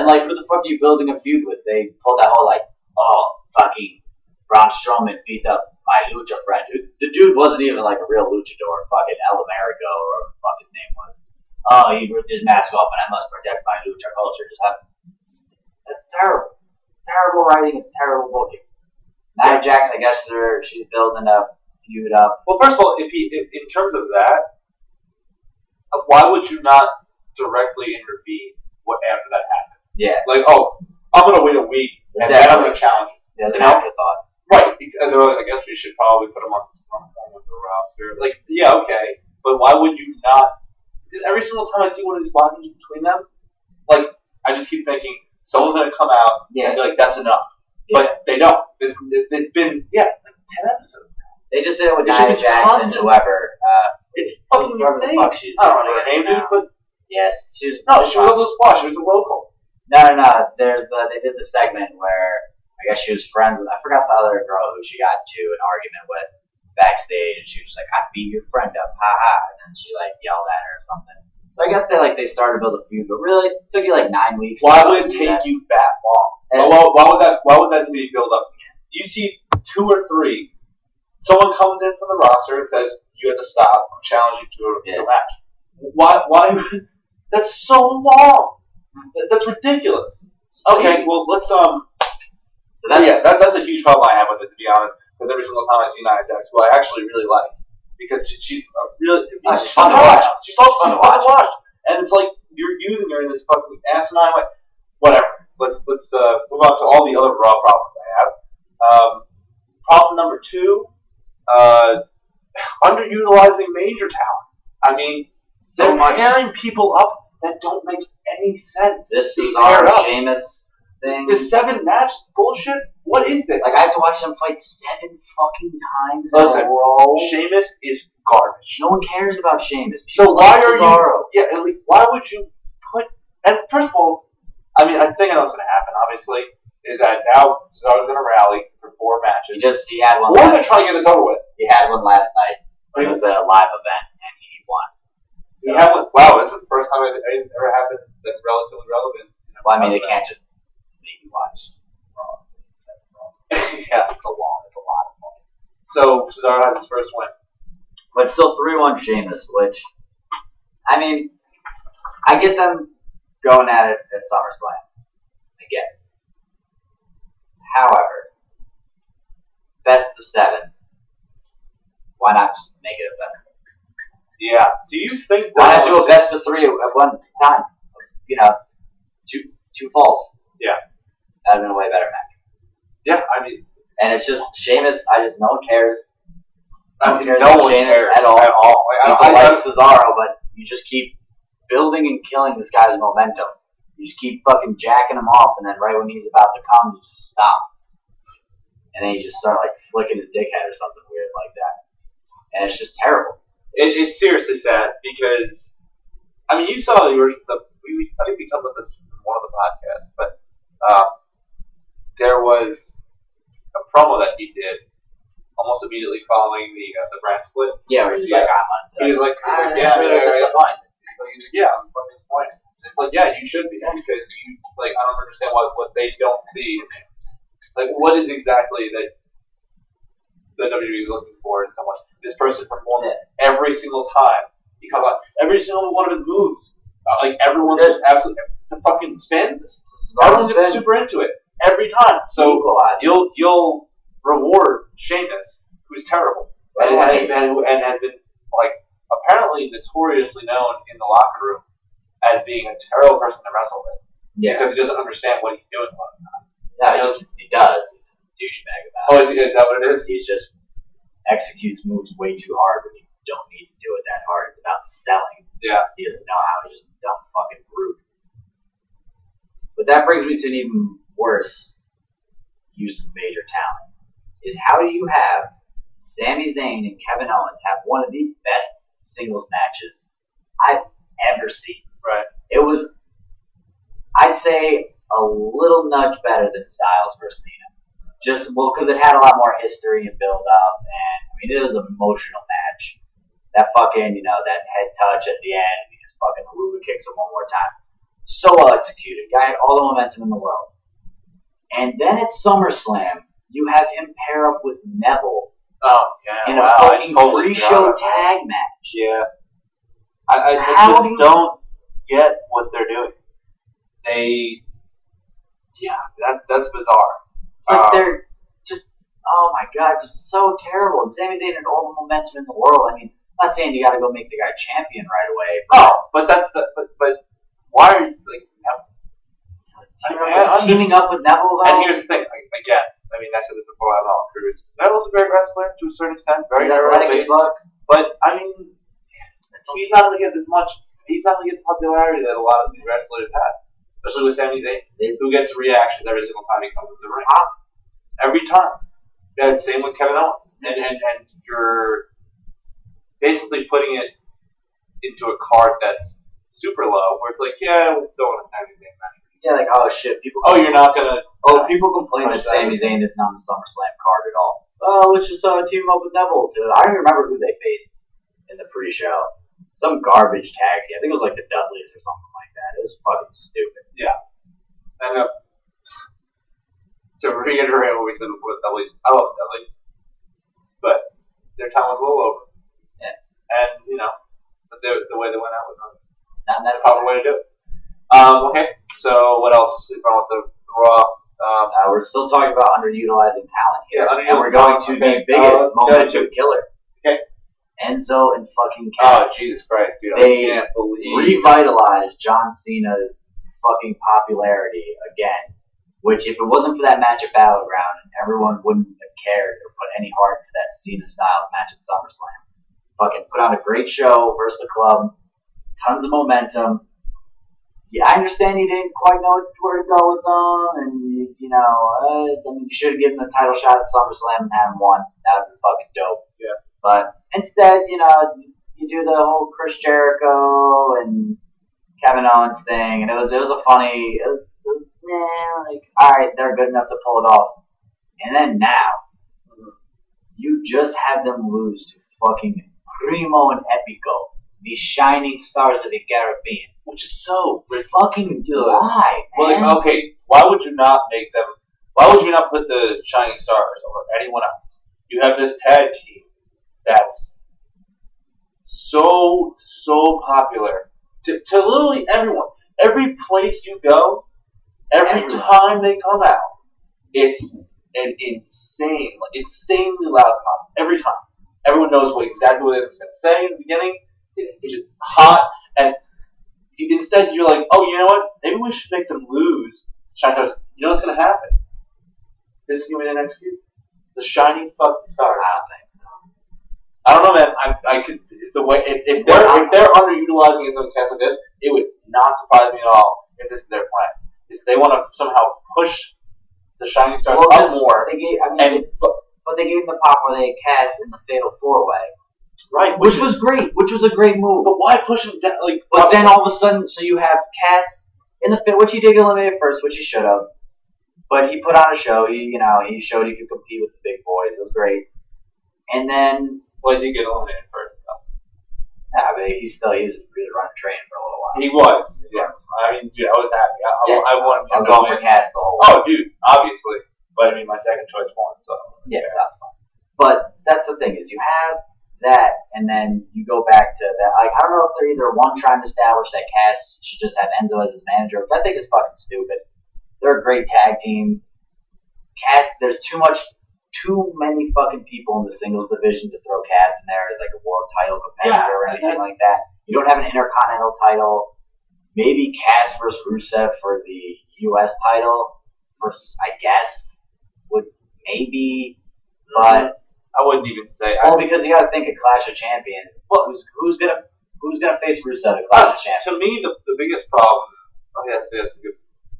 [SPEAKER 2] And like, who the fuck are you building a feud with? They pulled that whole like, oh, fucking Braun Strowman beat up my lucha friend. Who- The dude wasn't even like a real luchador, fucking El Americo or whatever the fuck his name was. Oh, he ripped his mask off and I must protect my lucha culture. Just have that's terrible. Terrible writing and terrible booking. Nia Jax, I guess they're she's building a feud up.
[SPEAKER 1] Well, first of all, if he, if, in terms of that, uh, why would you not directly intervene what after that happened?
[SPEAKER 2] Yeah,
[SPEAKER 1] Like, oh, I'm gonna wait a week and then I'm gonna challenge. you.
[SPEAKER 2] there's an afterthought.
[SPEAKER 1] Right. ex- And though I guess we should probably put him on some form of the roster. Like, yeah, okay, but why would you not? Because every single time I see one of these blockers between them, like, I just keep thinking someone's gonna come out and
[SPEAKER 2] Yeah,
[SPEAKER 1] be like, that's enough. But they don't. It's, it's been yeah, like ten episodes. now.
[SPEAKER 2] they just did it with
[SPEAKER 1] It should
[SPEAKER 2] Nia
[SPEAKER 1] be
[SPEAKER 2] Jax and
[SPEAKER 1] constant.
[SPEAKER 2] whoever. Uh,
[SPEAKER 1] It's fucking
[SPEAKER 2] whoever the
[SPEAKER 1] insane.
[SPEAKER 2] fuck she's
[SPEAKER 1] I don't know her name, dude,
[SPEAKER 2] now.
[SPEAKER 1] but
[SPEAKER 2] Yes, she was.
[SPEAKER 1] No, she was a squash. She was a local.
[SPEAKER 2] No, no, no. There's the they did the segment where I guess she was friends with I forgot the other girl who she got into an argument with backstage, and she was just like, "I beat your friend up, ha ha," and then she like yelled at her or something. So I guess they like they started to build a feud, but really it took you like nine weeks.
[SPEAKER 1] Why would Oh, it take you that long?
[SPEAKER 2] And-
[SPEAKER 1] Why, why would that? Why would that be build up? You see two or three. Someone comes in from the roster and says, "You have to stop. I'm challenging you to a, to a
[SPEAKER 2] Yeah.
[SPEAKER 1] match." Why? Why? That's so long. That- That's ridiculous. Okay, well let's um.
[SPEAKER 2] So that's
[SPEAKER 1] yeah, that, that's a huge problem I have with it to be honest. Because every single time I see Nia Jax, who I actually really like, because she, she's a really
[SPEAKER 2] Oh,
[SPEAKER 1] she's fun to watch. She's so fun to watch. And it's like you're using her in this fucking asinine way. Whatever. Let's let's uh, move on to all the other raw problems I have. Um, problem number two: uh, (sighs) underutilizing major talent. I mean,
[SPEAKER 2] So
[SPEAKER 1] they're
[SPEAKER 2] much.
[SPEAKER 1] pairing people up that don't make any sense.
[SPEAKER 2] this
[SPEAKER 1] They
[SPEAKER 2] is
[SPEAKER 1] pair
[SPEAKER 2] our
[SPEAKER 1] up.
[SPEAKER 2] Sheamus thing.
[SPEAKER 1] The seven match bullshit. What is this?
[SPEAKER 2] like I have to watch them fight seven fucking times in
[SPEAKER 1] Listen,
[SPEAKER 2] a row.
[SPEAKER 1] Sheamus is garbage.
[SPEAKER 2] No one cares about Sheamus.
[SPEAKER 1] So
[SPEAKER 2] People
[SPEAKER 1] why
[SPEAKER 2] like
[SPEAKER 1] are you-
[SPEAKER 2] Cesaro.
[SPEAKER 1] Yeah, and like, why would you put? And first of all, I mean, I think I know what's going to happen. Obviously, is that now Cesaro's going to rally for four
[SPEAKER 2] He
[SPEAKER 1] matches.
[SPEAKER 2] just he had one.
[SPEAKER 1] Or they're
[SPEAKER 2] last-
[SPEAKER 1] trying to get this over with.
[SPEAKER 2] He had one last night. It was at a live event, and he won.
[SPEAKER 1] He had one- wow, this is the first time it it ever happened that's relatively relevant. you know,
[SPEAKER 2] Well, I mean, they
[SPEAKER 1] about-
[SPEAKER 2] can't just make you watch Raw. Except Raw.
[SPEAKER 1] yeah.
[SPEAKER 2] It's a long, it's a lot of money.
[SPEAKER 1] (laughs) So Cesaro has his first win.
[SPEAKER 2] But still 3 1 Sheamus, which, I mean, I get them going at it at SummerSlam. I get it. However, best of seven. Why not just make it a best of
[SPEAKER 1] Yeah. Do you think
[SPEAKER 2] Why not do a best of three at one time? You know, two two falls.
[SPEAKER 1] Yeah.
[SPEAKER 2] That would have been a way better match.
[SPEAKER 1] Yeah, I mean,
[SPEAKER 2] And it's just Sheamus, I just, no one cares.
[SPEAKER 1] I
[SPEAKER 2] Don't
[SPEAKER 1] mean
[SPEAKER 2] care
[SPEAKER 1] no
[SPEAKER 2] about
[SPEAKER 1] one
[SPEAKER 2] Sheamus
[SPEAKER 1] cares
[SPEAKER 2] at all.
[SPEAKER 1] At all. Like, I
[SPEAKER 2] people
[SPEAKER 1] don't- I
[SPEAKER 2] like
[SPEAKER 1] don't-
[SPEAKER 2] Cesaro, but you just keep building and killing this guy's momentum. You just keep fucking jacking him off, and then right when he's about to come, you just stop. And then you just start like flicking his dickhead or something weird like that. And it's just terrible.
[SPEAKER 1] it, it's seriously sad because I mean you saw the, orig- the we, we- I think we talked about this in one of the podcasts, but uh, there was a promo that he did almost immediately following the uh, the brand split.
[SPEAKER 2] Yeah, where he's
[SPEAKER 1] Yeah.
[SPEAKER 2] like, "Ah, I'm on.
[SPEAKER 1] He was like, he was like, yeah,
[SPEAKER 2] I'm really
[SPEAKER 1] sure, yeah.
[SPEAKER 2] disappointed.
[SPEAKER 1] So he's like, yeah, I'm fucking disappointed. It's like, yeah, you should be because you like I don't understand what what they don't see. Like, what is exactly that the WWE is looking for in someone? This person performs every single time. He comes out every single one of his moves. Uh, like everyone's just absolutely the fucking spin.
[SPEAKER 2] Cesaro's
[SPEAKER 1] Everyone's gets
[SPEAKER 2] been
[SPEAKER 1] super into it every time. So
[SPEAKER 2] equalized.
[SPEAKER 1] you'll you'll reward Sheamus, who's terrible and,
[SPEAKER 2] Right.
[SPEAKER 1] and, and, and has been like apparently notoriously known in the locker room as being a terrible person to wrestle with
[SPEAKER 2] Yeah.
[SPEAKER 1] because he doesn't understand what he's doing. all the time.
[SPEAKER 2] No, he, just, he does. He's just a douchebag about it.
[SPEAKER 1] Oh, is, is that what it is?
[SPEAKER 2] he just executes moves way too hard when you don't need to do it that hard. It's about selling.
[SPEAKER 1] Yeah.
[SPEAKER 2] He doesn't know how. He's just a dumb fucking brute. But that brings me to an even worse use of major talent. Is how do you have Sami Zayn and Kevin Owens have one of the best singles matches I've ever seen?
[SPEAKER 1] Right.
[SPEAKER 2] It was, I'd say, a little nudge better than Styles versus Cena. Just well, because it had a lot more history and build up, and I mean, it was an emotional match. That fucking, you know, that head touch at the end, he just fucking Aruba kicks him one more time. So well executed. Guy had all the momentum in the world. And then at SummerSlam, you have him pair up with Neville
[SPEAKER 1] Oh, yeah.
[SPEAKER 2] in a
[SPEAKER 1] wow, I
[SPEAKER 2] fucking
[SPEAKER 1] totally
[SPEAKER 2] pre-show
[SPEAKER 1] forgot about that.
[SPEAKER 2] tag match.
[SPEAKER 1] Yeah. I, I they
[SPEAKER 2] How
[SPEAKER 1] just
[SPEAKER 2] do you-
[SPEAKER 1] don't get what they're doing. They, yeah, that that's bizarre.
[SPEAKER 2] Like
[SPEAKER 1] Um,
[SPEAKER 2] they're just oh my god, just so terrible. And Sami Zayn had all the momentum in the world. I mean, I'm not saying you got to go make the guy champion right away.
[SPEAKER 1] no, oh, but that's the but but why are you like I- I
[SPEAKER 2] Teaming up
[SPEAKER 1] understand.
[SPEAKER 2] with- teaming up with Neville though,
[SPEAKER 1] And here's the thing, like, again, I mean, I said this before about Apollo Cruz. Neville's a great wrestler to a certain extent, very
[SPEAKER 2] he's athletic as
[SPEAKER 1] athletic,
[SPEAKER 2] fuck.
[SPEAKER 1] but I mean, he's not going to get as much. He's not going to get the popularity that a lot of these wrestlers have, especially with Sami Zayn, who gets reactions every single time he comes in the ring. Every time. Yeah, same with Kevin Owens, and and and you're basically putting it into a card that's super low, where it's like, yeah, we don't want a Sami Zayn match.
[SPEAKER 2] Yeah, like oh shit, people.
[SPEAKER 1] Oh, you're not going to.
[SPEAKER 2] Oh, people complain
[SPEAKER 1] Or
[SPEAKER 2] that Sami
[SPEAKER 1] Zayn.
[SPEAKER 2] Zayn isn't on the SummerSlam card at all. Oh, let's just uh, team up with Neville. Dude, I don't even remember who they faced in the pre-show. Some garbage tag team. I think it was like the Dudleys or something like that. It was fucking stupid.
[SPEAKER 1] And uh, to reiterate what we said before, the Dudleys, I love the Dudleys, but their time was a little over.
[SPEAKER 2] Yeah.
[SPEAKER 1] And you know, but the, the way they went out was not
[SPEAKER 2] Not
[SPEAKER 1] the proper
[SPEAKER 2] necessarily.
[SPEAKER 1] way to do it. Um, okay, so what else is wrong with the Raw? Um,
[SPEAKER 2] Uh, we're still talking about underutilizing talent here,
[SPEAKER 1] Yeah, underutilizing
[SPEAKER 2] and we're going to
[SPEAKER 1] talent, okay.
[SPEAKER 2] the
[SPEAKER 1] Uh,
[SPEAKER 2] biggest
[SPEAKER 1] let's go
[SPEAKER 2] momentum killer.
[SPEAKER 1] Okay.
[SPEAKER 2] Enzo and fucking
[SPEAKER 1] oh
[SPEAKER 2] Cash
[SPEAKER 1] Jesus Christ, dude!
[SPEAKER 2] They
[SPEAKER 1] I can't believe.
[SPEAKER 2] revitalized John Cena's fucking popularity again. Which, if it wasn't for that match at Battleground, everyone wouldn't have cared or put any heart into that Cena Styles match at SummerSlam. Fucking put on a great show versus the club, tons of momentum. Yeah, I understand you didn't quite know where to go with them, and you, you know, uh, I mean, you should have given them the title shot at SummerSlam and had them won. That would have been fucking dope.
[SPEAKER 1] Yeah.
[SPEAKER 2] But instead, you know, you do the whole Chris Jericho and Kevin Owens thing, and it was it was a funny, it was, it was, meh, like all right, they're good enough to pull it off. And then now, you just had them lose to fucking Primo and Epico, the shining stars of the Caribbean. which is so
[SPEAKER 1] Ridiculous.
[SPEAKER 2] fucking good. Why?
[SPEAKER 1] Well,
[SPEAKER 2] man?
[SPEAKER 1] like, okay, why would you not make them? Why would you not put the Shining Stars over anyone else? You have this tag team that's so so popular to, to literally everyone. Every place you go, every
[SPEAKER 2] Everyone.
[SPEAKER 1] time they come out, it's an insane, like, insanely loud pop every time. Everyone knows what exactly what it's going to say in the beginning. It's just hot, and you, instead you're like, oh, you know what? Maybe we should make them lose. Shining Stars, you know what's going to happen? This is going to be the next feud. The shining fucking
[SPEAKER 2] I
[SPEAKER 1] stars.
[SPEAKER 2] don't think so.
[SPEAKER 1] I don't know, man. I, I could the way if, if they're if they're underutilizing it to the cast of this, it would not surprise me at all if this is their plan. Is they want to somehow push the Shining Stars
[SPEAKER 2] Well,
[SPEAKER 1] up
[SPEAKER 2] this-
[SPEAKER 1] more
[SPEAKER 2] They gave, I mean,
[SPEAKER 1] and
[SPEAKER 2] but they gave them the pop where they cast in the Fatal Four Way,
[SPEAKER 1] right,
[SPEAKER 2] which was great, which was a great move.
[SPEAKER 1] but why push them down? Like,
[SPEAKER 2] But then all of a sudden, so you have Cass in the fit, which he did get eliminated first, which he should have. But he put on a show. He, you know, he showed he could compete with the big boys. It was great. And then,
[SPEAKER 1] well, you get eliminated first. Though.
[SPEAKER 2] yeah, I mean, he still he was really running train for a little while.
[SPEAKER 1] He was, yeah. I mean, dude, I was happy. I, I-
[SPEAKER 2] Yeah.
[SPEAKER 1] I, wanted
[SPEAKER 2] I
[SPEAKER 1] him
[SPEAKER 2] was
[SPEAKER 1] to
[SPEAKER 2] going for
[SPEAKER 1] win.
[SPEAKER 2] Cass the whole while.
[SPEAKER 1] Oh, dude, obviously, but I mean, my second choice won, so
[SPEAKER 2] Yeah, it's not fun. But that's the thing is you have that, and then you go back to that. Like I don't know if they're either one trying to establish that Cass should just have Enzo as his manager, which I think is fucking stupid. They're a great tag team. Cass, there's too much, too many fucking people in the singles division to throw Cass in there as like a world title competitor or
[SPEAKER 1] Yeah,
[SPEAKER 2] anything like that. You don't have an intercontinental title. Maybe Cass versus Rusev for the U.S. title, versus, I guess, would maybe, but
[SPEAKER 1] I wouldn't even say. I,
[SPEAKER 2] well, Oh, because you got to think of Clash of Champions. Well, who's who's gonna who's gonna face Rusev at Clash of Champions?
[SPEAKER 1] to me, the, the biggest problem. Oh, yeah, that's, that's a good.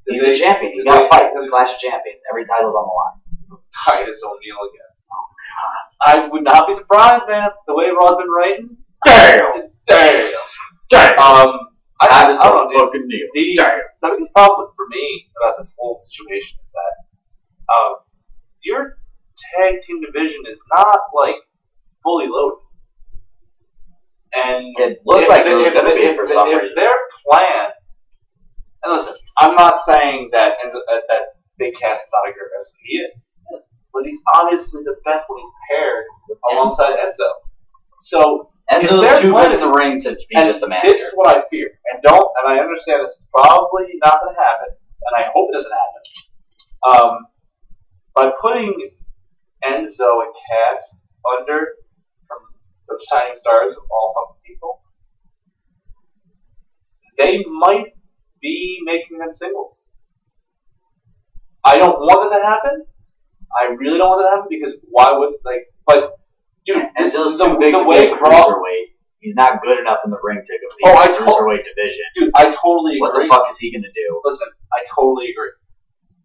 [SPEAKER 2] He's
[SPEAKER 1] they-
[SPEAKER 2] the champion. He's
[SPEAKER 1] they-
[SPEAKER 2] got to fight. That's Clash of Champions. Every title's on the line.
[SPEAKER 1] Titus O'Neil again.
[SPEAKER 2] Oh,
[SPEAKER 1] I would not be surprised, man. The way Raw's been writing.
[SPEAKER 2] Damn.
[SPEAKER 1] Damn.
[SPEAKER 2] Damn.
[SPEAKER 1] Um, I, I,
[SPEAKER 2] Titus
[SPEAKER 1] don't know, dude.
[SPEAKER 2] fucking deal.
[SPEAKER 1] The,
[SPEAKER 2] Damn.
[SPEAKER 1] the biggest problem for me about this whole situation is that um, your tag team division is not like fully loaded. And
[SPEAKER 2] It looked like it was
[SPEAKER 1] if-
[SPEAKER 2] gonna
[SPEAKER 1] if-
[SPEAKER 2] be for
[SPEAKER 1] if-
[SPEAKER 2] some
[SPEAKER 1] if
[SPEAKER 2] reason.
[SPEAKER 1] their plan, and listen, I'm not saying that Enzo- uh, that Big Cass is not a good wrestler. He is, but he's obviously the best when he's paired alongside Enzo. So
[SPEAKER 2] And
[SPEAKER 1] If
[SPEAKER 2] so the
[SPEAKER 1] their
[SPEAKER 2] two
[SPEAKER 1] plan
[SPEAKER 2] win in
[SPEAKER 1] is-
[SPEAKER 2] the ring to be
[SPEAKER 1] and
[SPEAKER 2] just a
[SPEAKER 1] This
[SPEAKER 2] manager.
[SPEAKER 1] is what I fear. And don't, and I understand this is probably not going to happen, and I hope it doesn't happen. Um, by putting Enzo and Cass under from the shining stars of all fucking people, they might be making them singles. I don't want that to happen. I really don't want that to happen because why would like? But dude,
[SPEAKER 2] and
[SPEAKER 1] this
[SPEAKER 2] so it's
[SPEAKER 1] is
[SPEAKER 2] too
[SPEAKER 1] the,
[SPEAKER 2] big
[SPEAKER 1] the
[SPEAKER 2] to
[SPEAKER 1] way
[SPEAKER 2] be a
[SPEAKER 1] Raw
[SPEAKER 2] cruiserweight. He's not good enough in the ring to compete
[SPEAKER 1] Oh, I
[SPEAKER 2] in the
[SPEAKER 1] tot-
[SPEAKER 2] cruiserweight division.
[SPEAKER 1] Dude, I totally
[SPEAKER 2] What
[SPEAKER 1] agree.
[SPEAKER 2] the fuck is he gonna do?
[SPEAKER 1] Listen, I totally agree.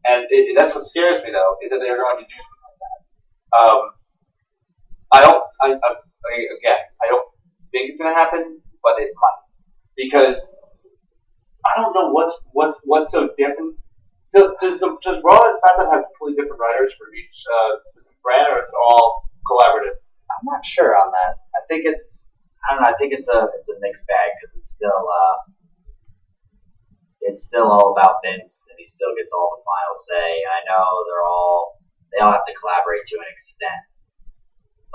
[SPEAKER 1] And it, it- that's what scares me, though, is that they're going to do something like that. Um, I don't, I, I, I- again, I don't think it's going to happen, but it might. Because I don't know what's what's what's so different. Does, does, the, does Raw and SmackDown have completely different writers for each uh, specific brand, or is it all collaborative?
[SPEAKER 2] I'm not sure on that. I think it's I don't know. I think it's a it's a mixed bag because it's still uh, it's still all about Vince and he still gets all the final say. I know they're all they all have to collaborate to an extent,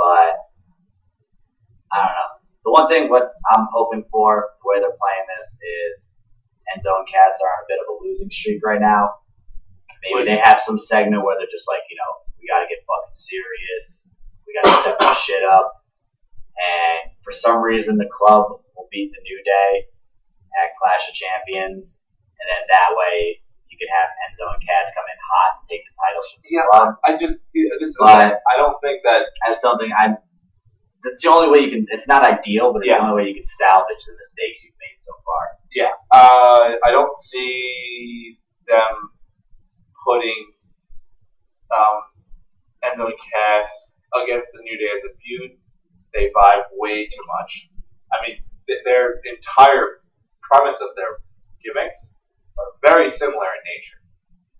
[SPEAKER 2] but I don't know. The one thing what I'm hoping for the way they're playing this is Enzo and Cass are on a bit of a losing streak right now. Maybe they have some segment where they're just like, you know, we got to get fucking serious. We got to step this shit up. And for some reason, the club will beat the New Day at Clash of Champions. And then that way, you can have Enzo and Cass come in hot and take the titles from the
[SPEAKER 1] Yeah.
[SPEAKER 2] club.
[SPEAKER 1] I just, see, this is,
[SPEAKER 2] Right.
[SPEAKER 1] I don't think that
[SPEAKER 2] I just don't think I. That's the only way you can. It's not ideal, but it's the
[SPEAKER 1] Yeah.
[SPEAKER 2] only way you can salvage the mistakes you've made so far.
[SPEAKER 1] Yeah, uh, I don't see them putting um, Enzo and Cass against the New Day as a feud. They vibe way too much. I mean, th- their entire premise of their gimmicks are very similar in nature.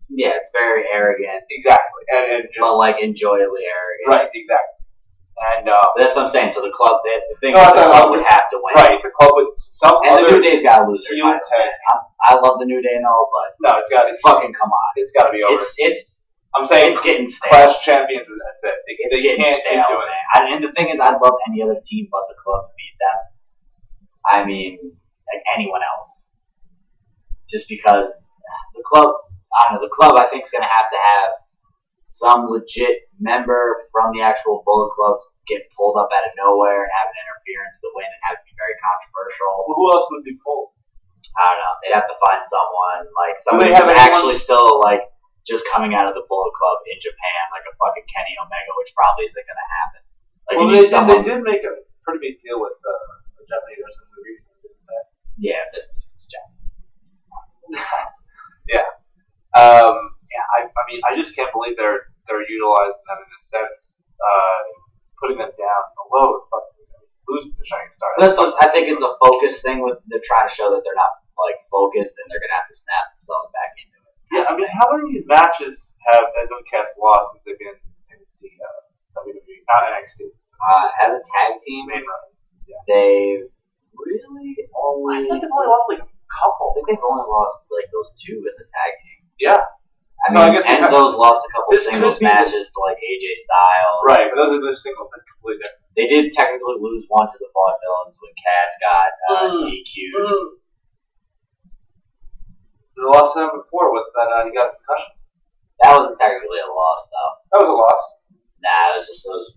[SPEAKER 2] Yeah, it's very arrogant,
[SPEAKER 1] Exactly, and, and just
[SPEAKER 2] but like enjoyably arrogant.
[SPEAKER 1] right, exactly, and uh,
[SPEAKER 2] But that's what I'm saying. So the club, that the thing
[SPEAKER 1] No,
[SPEAKER 2] is,
[SPEAKER 1] that's what
[SPEAKER 2] the
[SPEAKER 1] I
[SPEAKER 2] club
[SPEAKER 1] was-
[SPEAKER 2] would have to win.
[SPEAKER 1] right, the up with some
[SPEAKER 2] And the
[SPEAKER 1] other.
[SPEAKER 2] New Day's got to lose their
[SPEAKER 1] heel
[SPEAKER 2] title.
[SPEAKER 1] tag.
[SPEAKER 2] man. I'm- I love the New Day and all, but
[SPEAKER 1] No, it's got to
[SPEAKER 2] fucking come on.
[SPEAKER 1] It's got to be over.
[SPEAKER 2] It's it's
[SPEAKER 1] I'm saying
[SPEAKER 2] it's getting stale.
[SPEAKER 1] Clash Champions, and that's it. They,
[SPEAKER 2] It's
[SPEAKER 1] they
[SPEAKER 2] getting
[SPEAKER 1] can't
[SPEAKER 2] stale,
[SPEAKER 1] keep doing
[SPEAKER 2] man. I, and the thing is, I'd love any other team but the club to beat them. I mean, like anyone else. Just because the club, I don't know, the club I think is going to have to have some legit member from the actual Bullet Club get pulled up out of nowhere and have an interference to win and have it be very controversial.
[SPEAKER 1] Well, who else would be pulled?
[SPEAKER 2] I don't know. They'd have to find someone like
[SPEAKER 1] Do
[SPEAKER 2] someone
[SPEAKER 1] they
[SPEAKER 2] who's
[SPEAKER 1] have anyone-
[SPEAKER 2] actually still like just coming out of the Bullet Club in Japan, like a fucking Kenny Omega, which probably isn't going to happen. Like
[SPEAKER 1] well,
[SPEAKER 2] you
[SPEAKER 1] they
[SPEAKER 2] need
[SPEAKER 1] did,
[SPEAKER 2] someone.
[SPEAKER 1] they did make a pretty big deal with uh, the Japanese or something recently. didn't they?
[SPEAKER 2] Yeah, that's just it's Japanese.
[SPEAKER 1] yeah. Um, yeah. I, I mean, I just can't believe they're they're utilizing them in a sense, uh, putting them down below the fucking losing the shining star.
[SPEAKER 2] That's what I think it's a focus thing. With they're trying to show that they're not like focused and they're going to have to snap themselves back into it.
[SPEAKER 1] yeah. I mean, how many matches have SMCast lost since they've been in the uh, WWE, not NXT,
[SPEAKER 2] Uh, as a tag team,
[SPEAKER 1] main run?
[SPEAKER 2] they've really
[SPEAKER 1] I
[SPEAKER 2] only.
[SPEAKER 1] think they've only lost like a
[SPEAKER 2] I
[SPEAKER 1] couple.
[SPEAKER 2] think they've only lost like those two as a tag team.
[SPEAKER 1] Yeah.
[SPEAKER 2] I
[SPEAKER 1] So
[SPEAKER 2] mean,
[SPEAKER 1] I guess they
[SPEAKER 2] Enzo's lost a couple
[SPEAKER 1] This
[SPEAKER 2] singles
[SPEAKER 1] could be-
[SPEAKER 2] matches to like AJ Styles.
[SPEAKER 1] Right, but those are the singles. That's completely different.
[SPEAKER 2] They did technically lose one to the Vaudevillains when Cass got uh,
[SPEAKER 1] Mm.
[SPEAKER 2] DQ'd.
[SPEAKER 1] They lost to him before with that. Uh, he got a concussion.
[SPEAKER 2] That wasn't technically a loss though.
[SPEAKER 1] That was a loss.
[SPEAKER 2] Nah, it was just those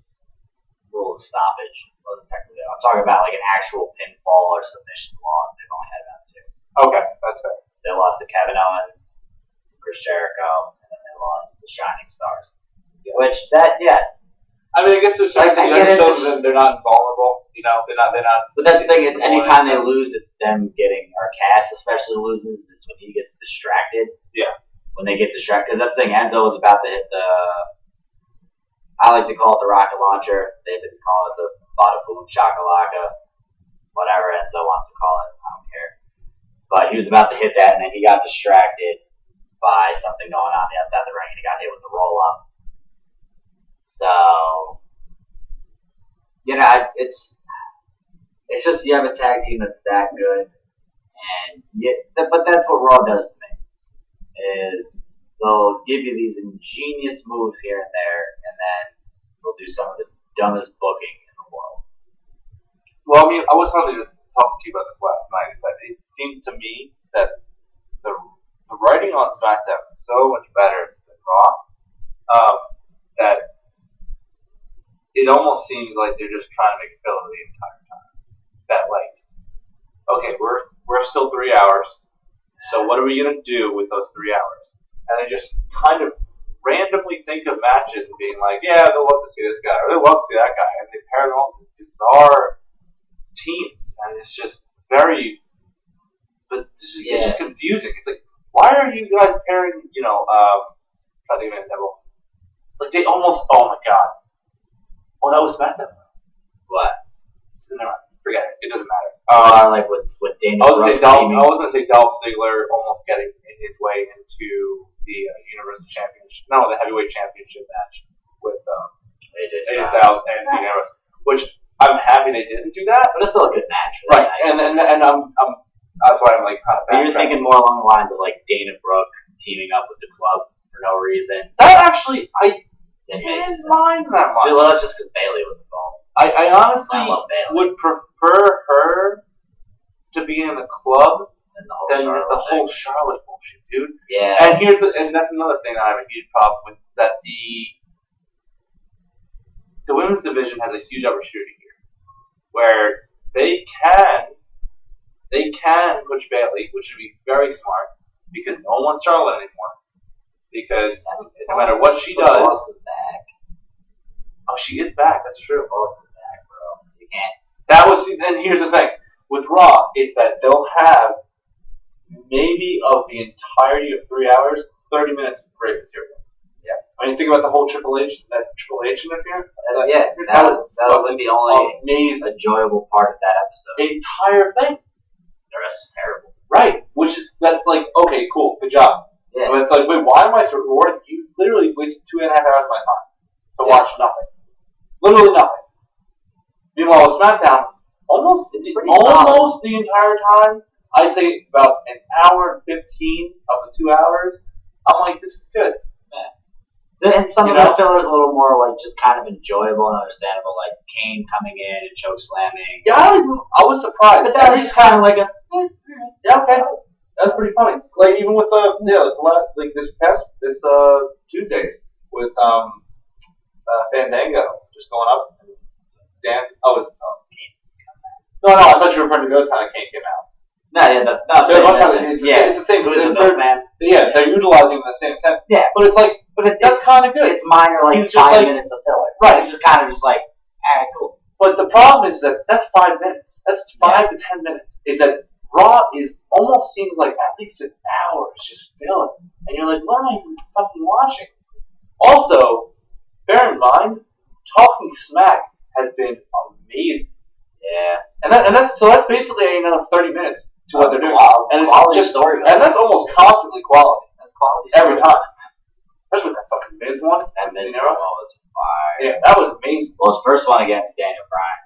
[SPEAKER 2] rule of stoppage. It wasn't technically. I'm talking about like an actual pinfall or submission loss. They've only had about two.
[SPEAKER 1] Okay, that's fair.
[SPEAKER 2] They lost to Kevin Owens, Chris Jericho, and then they lost to the Shining Stars. Which that yeah,
[SPEAKER 1] I mean, I guess there's
[SPEAKER 2] Like,
[SPEAKER 1] something
[SPEAKER 2] I
[SPEAKER 1] that
[SPEAKER 2] get it,
[SPEAKER 1] shows
[SPEAKER 2] this-
[SPEAKER 1] them they're not vulnerable. You know, they're not. They're not.
[SPEAKER 2] But that's the thing is, anytime they lose, it's them getting our Cass especially loses. It's when he gets distracted.
[SPEAKER 1] Yeah.
[SPEAKER 2] When they get distracted, because that's the thing. Enzo was about to hit the. I like to call it the rocket launcher. They've been calling it the bada boom shakalaka, whatever Enzo wants to call it. I don't care. But he was about to hit that, and then he got distracted by something going on the outside the ring, and he got hit with the roll up. So, you know, I- it's it's just you have a tag team that's that good, and yet, th- but that's what Raw does to me. Is they'll give you these ingenious moves here and there, and then they'll do some of the dumbest booking in the world.
[SPEAKER 1] Well, I mean, I was talking to talking to you about this last night. Is that it seems to me that the the writing on SmackDown is so much better than Raw. Um, that it almost seems like they're just trying to make a filler the entire time. That like, okay, we're we're still three hours. So what are we gonna do with those three hours? And they just kind of randomly think of matches and being like, yeah, they'll love to see this guy or they'll love to see that guy, and they pair them all with bizarre teams, and it's just very, but it's just, it's just confusing. It's like, why are you guys pairing? You know, um, I think it's Neville. Like they almost, oh my god, well that was SmackDown.
[SPEAKER 2] But
[SPEAKER 1] So Never mind, forget it. It doesn't matter. Uh,
[SPEAKER 2] uh, like with with
[SPEAKER 1] I
[SPEAKER 2] Daniel
[SPEAKER 1] was gonna say Dolph.
[SPEAKER 2] Bryan, leaving,
[SPEAKER 1] I was gonna say Dolph Ziggler almost getting his way into the uh, Universal Championship, no, the Heavyweight Championship match with um,
[SPEAKER 2] AJ
[SPEAKER 1] AJ
[SPEAKER 2] Styles.
[SPEAKER 1] Styles and Dean Ambrose, which I'm happy they didn't do that.
[SPEAKER 2] but it's still a good match, for
[SPEAKER 1] Right,
[SPEAKER 2] that night.
[SPEAKER 1] and and, and I'm, I'm that's why I'm like kind of.
[SPEAKER 2] But you're
[SPEAKER 1] backtracking.
[SPEAKER 2] thinking more along the lines of like Dana Brooke teaming up with the club for no reason.
[SPEAKER 1] that actually I
[SPEAKER 2] It makes
[SPEAKER 1] didn't
[SPEAKER 2] sense.
[SPEAKER 1] mind that much.
[SPEAKER 2] Well, that's just because Bailey was involved.
[SPEAKER 1] I, I honestly
[SPEAKER 2] I love Bailey.
[SPEAKER 1] would prefer her to be in the club
[SPEAKER 2] And the whole
[SPEAKER 1] than
[SPEAKER 2] Charlotte
[SPEAKER 1] the
[SPEAKER 2] thing.
[SPEAKER 1] whole Charlotte bullshit, dude.
[SPEAKER 2] yeah.
[SPEAKER 1] And here's the, and that's another thing that I have a huge problem with is that the the women's division has a huge opportunity here, where they can they can push Bailey, which would be very smart because no one wants Charlotte anymore. Because no matter what she
[SPEAKER 2] But
[SPEAKER 1] does,
[SPEAKER 2] Ross is back.
[SPEAKER 1] oh, she is back. That's true. Oh,
[SPEAKER 2] Ross is back, bro. You can't.
[SPEAKER 1] That was, and here's the thing with Raw is that they'll have maybe of the entirety of three hours, thirty minutes of great material.
[SPEAKER 2] Yeah.
[SPEAKER 1] I mean, think about the whole Triple H, that Triple H interference.
[SPEAKER 2] That, yeah, that was that was like the only
[SPEAKER 1] amazing.
[SPEAKER 2] enjoyable part of that episode.
[SPEAKER 1] The entire thing,
[SPEAKER 2] The rest was terrible.
[SPEAKER 1] right? Which is that's like, okay, cool, good job.
[SPEAKER 2] Yeah.
[SPEAKER 1] And it's like, wait, why am I so rewarded? You literally wasted two and a half hours of my time to
[SPEAKER 2] Yeah.
[SPEAKER 1] watch nothing. Literally nothing. Meanwhile, with SmackDown, almost
[SPEAKER 2] It's pretty
[SPEAKER 1] almost the entire time. I'd say about an hour and fifteen of the two hours. I'm like, this is good.
[SPEAKER 2] And some
[SPEAKER 1] You
[SPEAKER 2] of
[SPEAKER 1] know?
[SPEAKER 2] that filler is a little more like just kind of enjoyable and understandable, like Kane coming in and choke slamming.
[SPEAKER 1] Yeah, I, didn't- I was surprised.
[SPEAKER 2] But that was just kind of like a. eh, alright.
[SPEAKER 1] Yeah, okay. That's pretty funny. Like even with the yeah, like, la- like this past this uh Tuesdays with um uh, Fandango just going up and dance. Oh, it was oh, Kane. No, no, I thought you were referring to the other time that Kane came out.
[SPEAKER 2] No, yeah, no, no, I'm
[SPEAKER 1] They're
[SPEAKER 2] saying
[SPEAKER 1] much
[SPEAKER 2] that's
[SPEAKER 1] like-
[SPEAKER 2] it.
[SPEAKER 1] it's, the-
[SPEAKER 2] yeah,
[SPEAKER 1] it's the same.
[SPEAKER 2] it was
[SPEAKER 1] They're,
[SPEAKER 2] a
[SPEAKER 1] they're-
[SPEAKER 2] milkman.
[SPEAKER 1] yeah, they're utilizing it in the same sense.
[SPEAKER 2] Yeah,
[SPEAKER 1] But it's like, but it, that's kind of good.
[SPEAKER 2] it's minor, like
[SPEAKER 1] He's just
[SPEAKER 2] five
[SPEAKER 1] like-
[SPEAKER 2] minutes of filler.
[SPEAKER 1] Right.
[SPEAKER 2] it's just kind of just like, ah, cool.
[SPEAKER 1] But the problem is that that's five minutes. That's five to ten minutes. Is that Raw is almost seems like at least an hour is just filling, and you're like, what am I even fucking watching? Also, bear in mind, Talking Smack has been amazing,
[SPEAKER 2] Yeah,
[SPEAKER 1] and that, and that's so that's basically another thirty minutes to what they're doing,
[SPEAKER 2] Qual-
[SPEAKER 1] and it's
[SPEAKER 2] quality
[SPEAKER 1] just
[SPEAKER 2] story.
[SPEAKER 1] and that's almost constantly quality
[SPEAKER 2] that's quality. Story.
[SPEAKER 1] every time, especially with that fucking Miz one
[SPEAKER 2] That
[SPEAKER 1] and
[SPEAKER 2] Miz
[SPEAKER 1] Nero.
[SPEAKER 2] promo was fire.
[SPEAKER 1] Yeah, that was amazing.
[SPEAKER 2] Well, his first one against Daniel Bryan.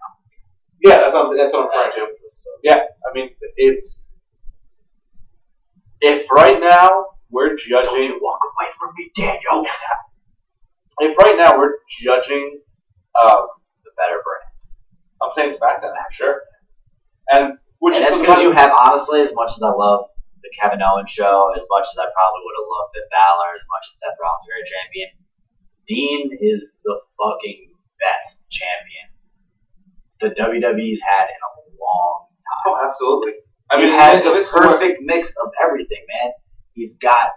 [SPEAKER 1] Yeah, that's what, that's what I'm referring to.
[SPEAKER 2] That's- so-
[SPEAKER 1] I mean, it's if right now we're
[SPEAKER 2] Don't
[SPEAKER 1] judging,
[SPEAKER 2] you walk away from me, Daniel.
[SPEAKER 1] if right now we're judging, um,
[SPEAKER 2] the better brand.
[SPEAKER 1] I'm saying SmackDown, i sure, and which
[SPEAKER 2] and
[SPEAKER 1] is
[SPEAKER 2] that's because
[SPEAKER 1] sometimes-
[SPEAKER 2] you have honestly, as much as I love the Kevin Owens show, as much as I probably would have loved Finn Balor, as much as Seth Rollins is a great champion, Dean is the fucking best champion the WWE's had in a long time.
[SPEAKER 1] Oh, absolutely. I
[SPEAKER 2] I
[SPEAKER 1] mean,
[SPEAKER 2] he has
[SPEAKER 1] if
[SPEAKER 2] the
[SPEAKER 1] this is what-
[SPEAKER 2] perfect mix of everything, man. He's got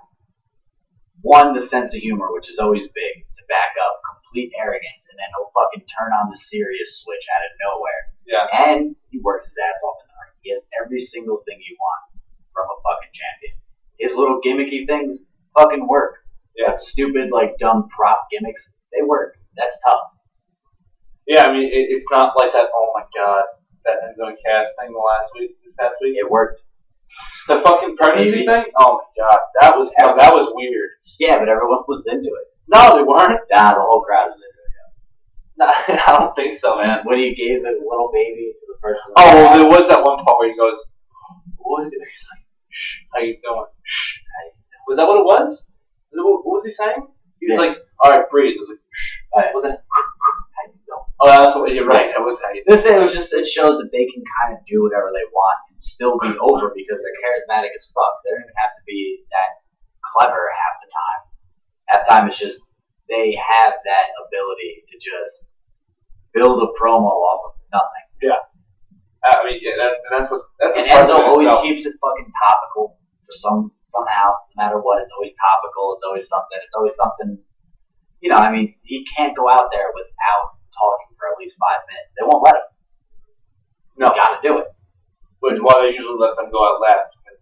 [SPEAKER 2] one the sense of humor, which is always big to back up complete arrogance, and then he'll fucking turn on the serious switch out of nowhere.
[SPEAKER 1] Yeah.
[SPEAKER 2] And he works his ass off in the ring. He has every single thing you want from a fucking champion. His little gimmicky things fucking work.
[SPEAKER 1] Yeah.
[SPEAKER 2] Stupid like dumb prop gimmicks, they work. That's tough.
[SPEAKER 1] yeah, I mean, it, it's not like that. Oh my god, that end zone cast thing the last week, this past week,
[SPEAKER 2] It worked.
[SPEAKER 1] the fucking pregnancy
[SPEAKER 2] Maybe.
[SPEAKER 1] thing. Oh my god, that was
[SPEAKER 2] Yeah.
[SPEAKER 1] that was weird.
[SPEAKER 2] Yeah, but everyone (laughs) was into it.
[SPEAKER 1] No, they weren't.
[SPEAKER 2] Nah, the whole crowd was into it.
[SPEAKER 1] No,
[SPEAKER 2] (laughs)
[SPEAKER 1] I don't think so, man.
[SPEAKER 2] When he gave the little baby to the person.
[SPEAKER 1] Oh, well, there was that one part where he goes, "What was he?" He's like, "Shh, how you doing?" Shh. how you doing?" Was that what it was? Was it- What was he saying? He was
[SPEAKER 2] Yeah.
[SPEAKER 1] like, "All right, breathe." It was like, "Shh."
[SPEAKER 2] All right.
[SPEAKER 1] Was it?
[SPEAKER 2] I don't.
[SPEAKER 1] Oh, that's what you're right. It was how you.
[SPEAKER 2] This it was just it shows that they can kind of do whatever they want and still be over because they're charismatic as fuck. They don't even have to be that clever half the time. Half time it's just they have that ability to just build a promo off of nothing.
[SPEAKER 1] I mean, yeah, that, and that's what that's a
[SPEAKER 2] and
[SPEAKER 1] part
[SPEAKER 2] Enzo
[SPEAKER 1] of it
[SPEAKER 2] always
[SPEAKER 1] itself.
[SPEAKER 2] keeps it fucking topical for some somehow, no matter what. It's always topical. It's always something. It's always something. You know, I mean, he can't go out there without talking for at least five minutes. They won't let him.
[SPEAKER 1] no,
[SPEAKER 2] He's got to do it,
[SPEAKER 1] which is why they usually let them go out last because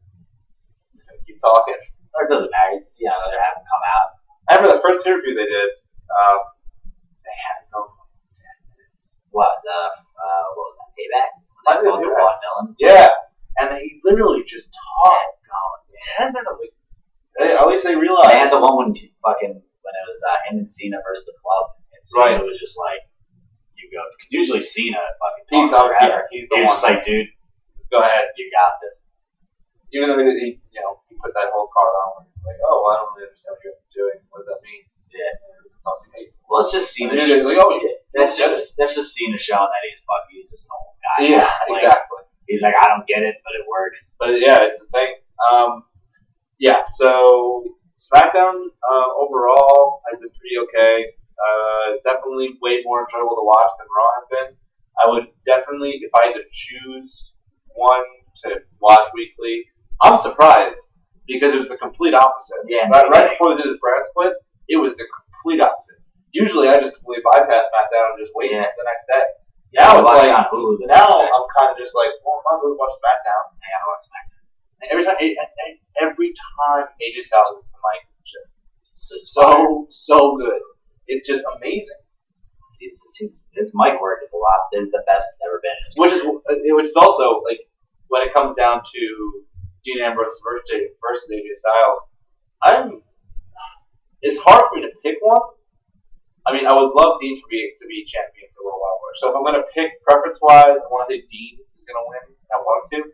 [SPEAKER 1] they're gonna keep talking.
[SPEAKER 2] or it doesn't matter. It's, you know, they have him come out.
[SPEAKER 1] I remember that first interview they did. Um, they had no.
[SPEAKER 2] What the? Uh, what was that? Payback.
[SPEAKER 1] I
[SPEAKER 2] Like
[SPEAKER 1] didn't
[SPEAKER 2] going to
[SPEAKER 1] do
[SPEAKER 2] Ron Dillon.
[SPEAKER 1] Yeah, and he literally just talked.
[SPEAKER 2] That's going.
[SPEAKER 1] Ten minutes. Like, hey, at least they realized.
[SPEAKER 2] They had the one when he fucking when it was uh, him and Cena versus the club, and
[SPEAKER 1] Right.
[SPEAKER 2] Cena was just like, "You go," because usually Cena fucking
[SPEAKER 1] He's
[SPEAKER 2] talks
[SPEAKER 1] up
[SPEAKER 2] forever.
[SPEAKER 1] here. He's the
[SPEAKER 2] He's
[SPEAKER 1] one.
[SPEAKER 2] just like, dude,
[SPEAKER 1] go ahead.
[SPEAKER 2] you got this.
[SPEAKER 1] Even though he, you know, he put that whole card on, where he's like, oh, I don't really understand what you're doing. What does that mean?
[SPEAKER 2] Yeah.
[SPEAKER 1] And it was fucking hate.
[SPEAKER 2] Well, it's just
[SPEAKER 1] And
[SPEAKER 2] Cena.
[SPEAKER 1] you're
[SPEAKER 2] Sh-
[SPEAKER 1] just like, oh, yeah.
[SPEAKER 2] that's just that's just Cena showing that he's fucking he's just an old guy.
[SPEAKER 1] Yeah,
[SPEAKER 2] Like,
[SPEAKER 1] exactly.
[SPEAKER 2] He's like, I don't get it, but it works.
[SPEAKER 1] But yeah, it's a thing. Um, yeah, so SmackDown uh, overall has been pretty okay. Uh, definitely way more enjoyable to watch than Raw has been. I would definitely, if I had to choose one to watch weekly, I'm surprised because it was the complete opposite.
[SPEAKER 2] Yeah,
[SPEAKER 1] Right, right before they did this brand split, it was the complete opposite. Usually, I just completely bypass SmackDown and just wait
[SPEAKER 2] Yeah.
[SPEAKER 1] the next day.
[SPEAKER 2] Yeah,
[SPEAKER 1] Now
[SPEAKER 2] I
[SPEAKER 1] it's
[SPEAKER 2] watched
[SPEAKER 1] like
[SPEAKER 2] on Hulu. The
[SPEAKER 1] now
[SPEAKER 2] next day.
[SPEAKER 1] I'm kind of just like, well, I'm not going to watch SmackDown.
[SPEAKER 2] I gotta watch SmackDown.
[SPEAKER 1] And every time, and- and every time AJ Styles gets the mic, it's just
[SPEAKER 2] It's
[SPEAKER 1] so so good. It's just amazing.
[SPEAKER 2] He's, he's, his mic work is a lot. Is the best it's ever been. It's
[SPEAKER 1] Which is uh, which is also like when it comes down to Dean Ambrose versus AJ, versus AJ Styles, I'm. It's hard for me to pick one I mean, I would love Dean to be to be champion for a little while more. So if I'm gonna pick preference wise, I want to say Dean is gonna win. I want him to,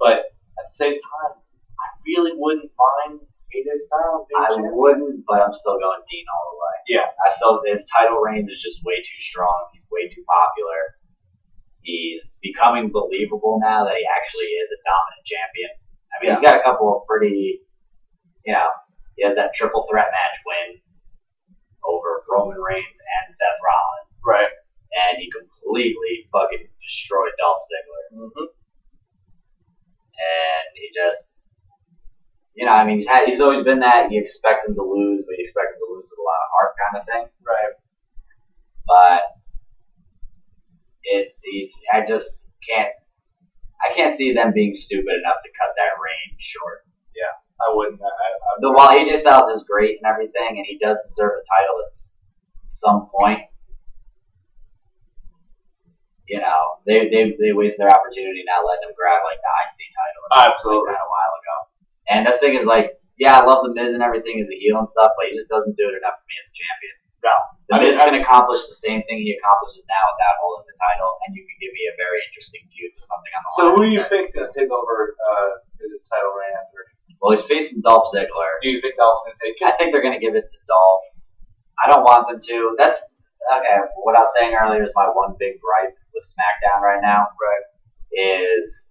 [SPEAKER 1] but at the same time, I really wouldn't mind AJ Styles being
[SPEAKER 2] I
[SPEAKER 1] champion.
[SPEAKER 2] wouldn't, but I'm still going Dean all the way.
[SPEAKER 1] Yeah.
[SPEAKER 2] I still his title reign is just way too strong. He's way too popular. He's becoming believable now that he actually is a dominant champion. I mean, he's got a couple of pretty, you know, he has that triple threat match win over Roman Reigns and Seth Rollins,
[SPEAKER 1] Right.
[SPEAKER 2] and he completely fucking destroyed Dolph Ziggler.
[SPEAKER 1] Mm-hmm.
[SPEAKER 2] and he just, you know, I mean, he's, had, he's always been that. You expect him to lose, but you expect him to lose with a lot of heart, kind of thing.
[SPEAKER 1] Right.
[SPEAKER 2] But it's, he's, I just can't, I can't see them being stupid enough to cut that reign short.
[SPEAKER 1] I wouldn't. I, I, I,
[SPEAKER 2] The while AJ Styles is great and everything, and he does deserve a title at s- some point. You know, they they they wasted their opportunity not letting him grab like the IC title.
[SPEAKER 1] Absolutely.
[SPEAKER 2] that a while ago. And this thing is like, yeah, I love the Miz and everything as a heel and stuff, but he just doesn't do it enough for me as a champion.
[SPEAKER 1] No.
[SPEAKER 2] The
[SPEAKER 1] I mean,
[SPEAKER 2] Miz
[SPEAKER 1] I-
[SPEAKER 2] can accomplish the same thing he accomplishes now without holding the title, and you can give me a very interesting feud with something on the
[SPEAKER 1] So
[SPEAKER 2] line.
[SPEAKER 1] who do you
[SPEAKER 2] instead.
[SPEAKER 1] think's gonna take over uh, his title reign after?
[SPEAKER 2] Well, he's facing Dolph Ziggler.
[SPEAKER 1] Do you think Dolph's gonna take it?
[SPEAKER 2] I think they're going to give it to Dolph. I don't want them to. That's okay. What I was saying earlier is my one big gripe with SmackDown right now.
[SPEAKER 1] Right.
[SPEAKER 2] Is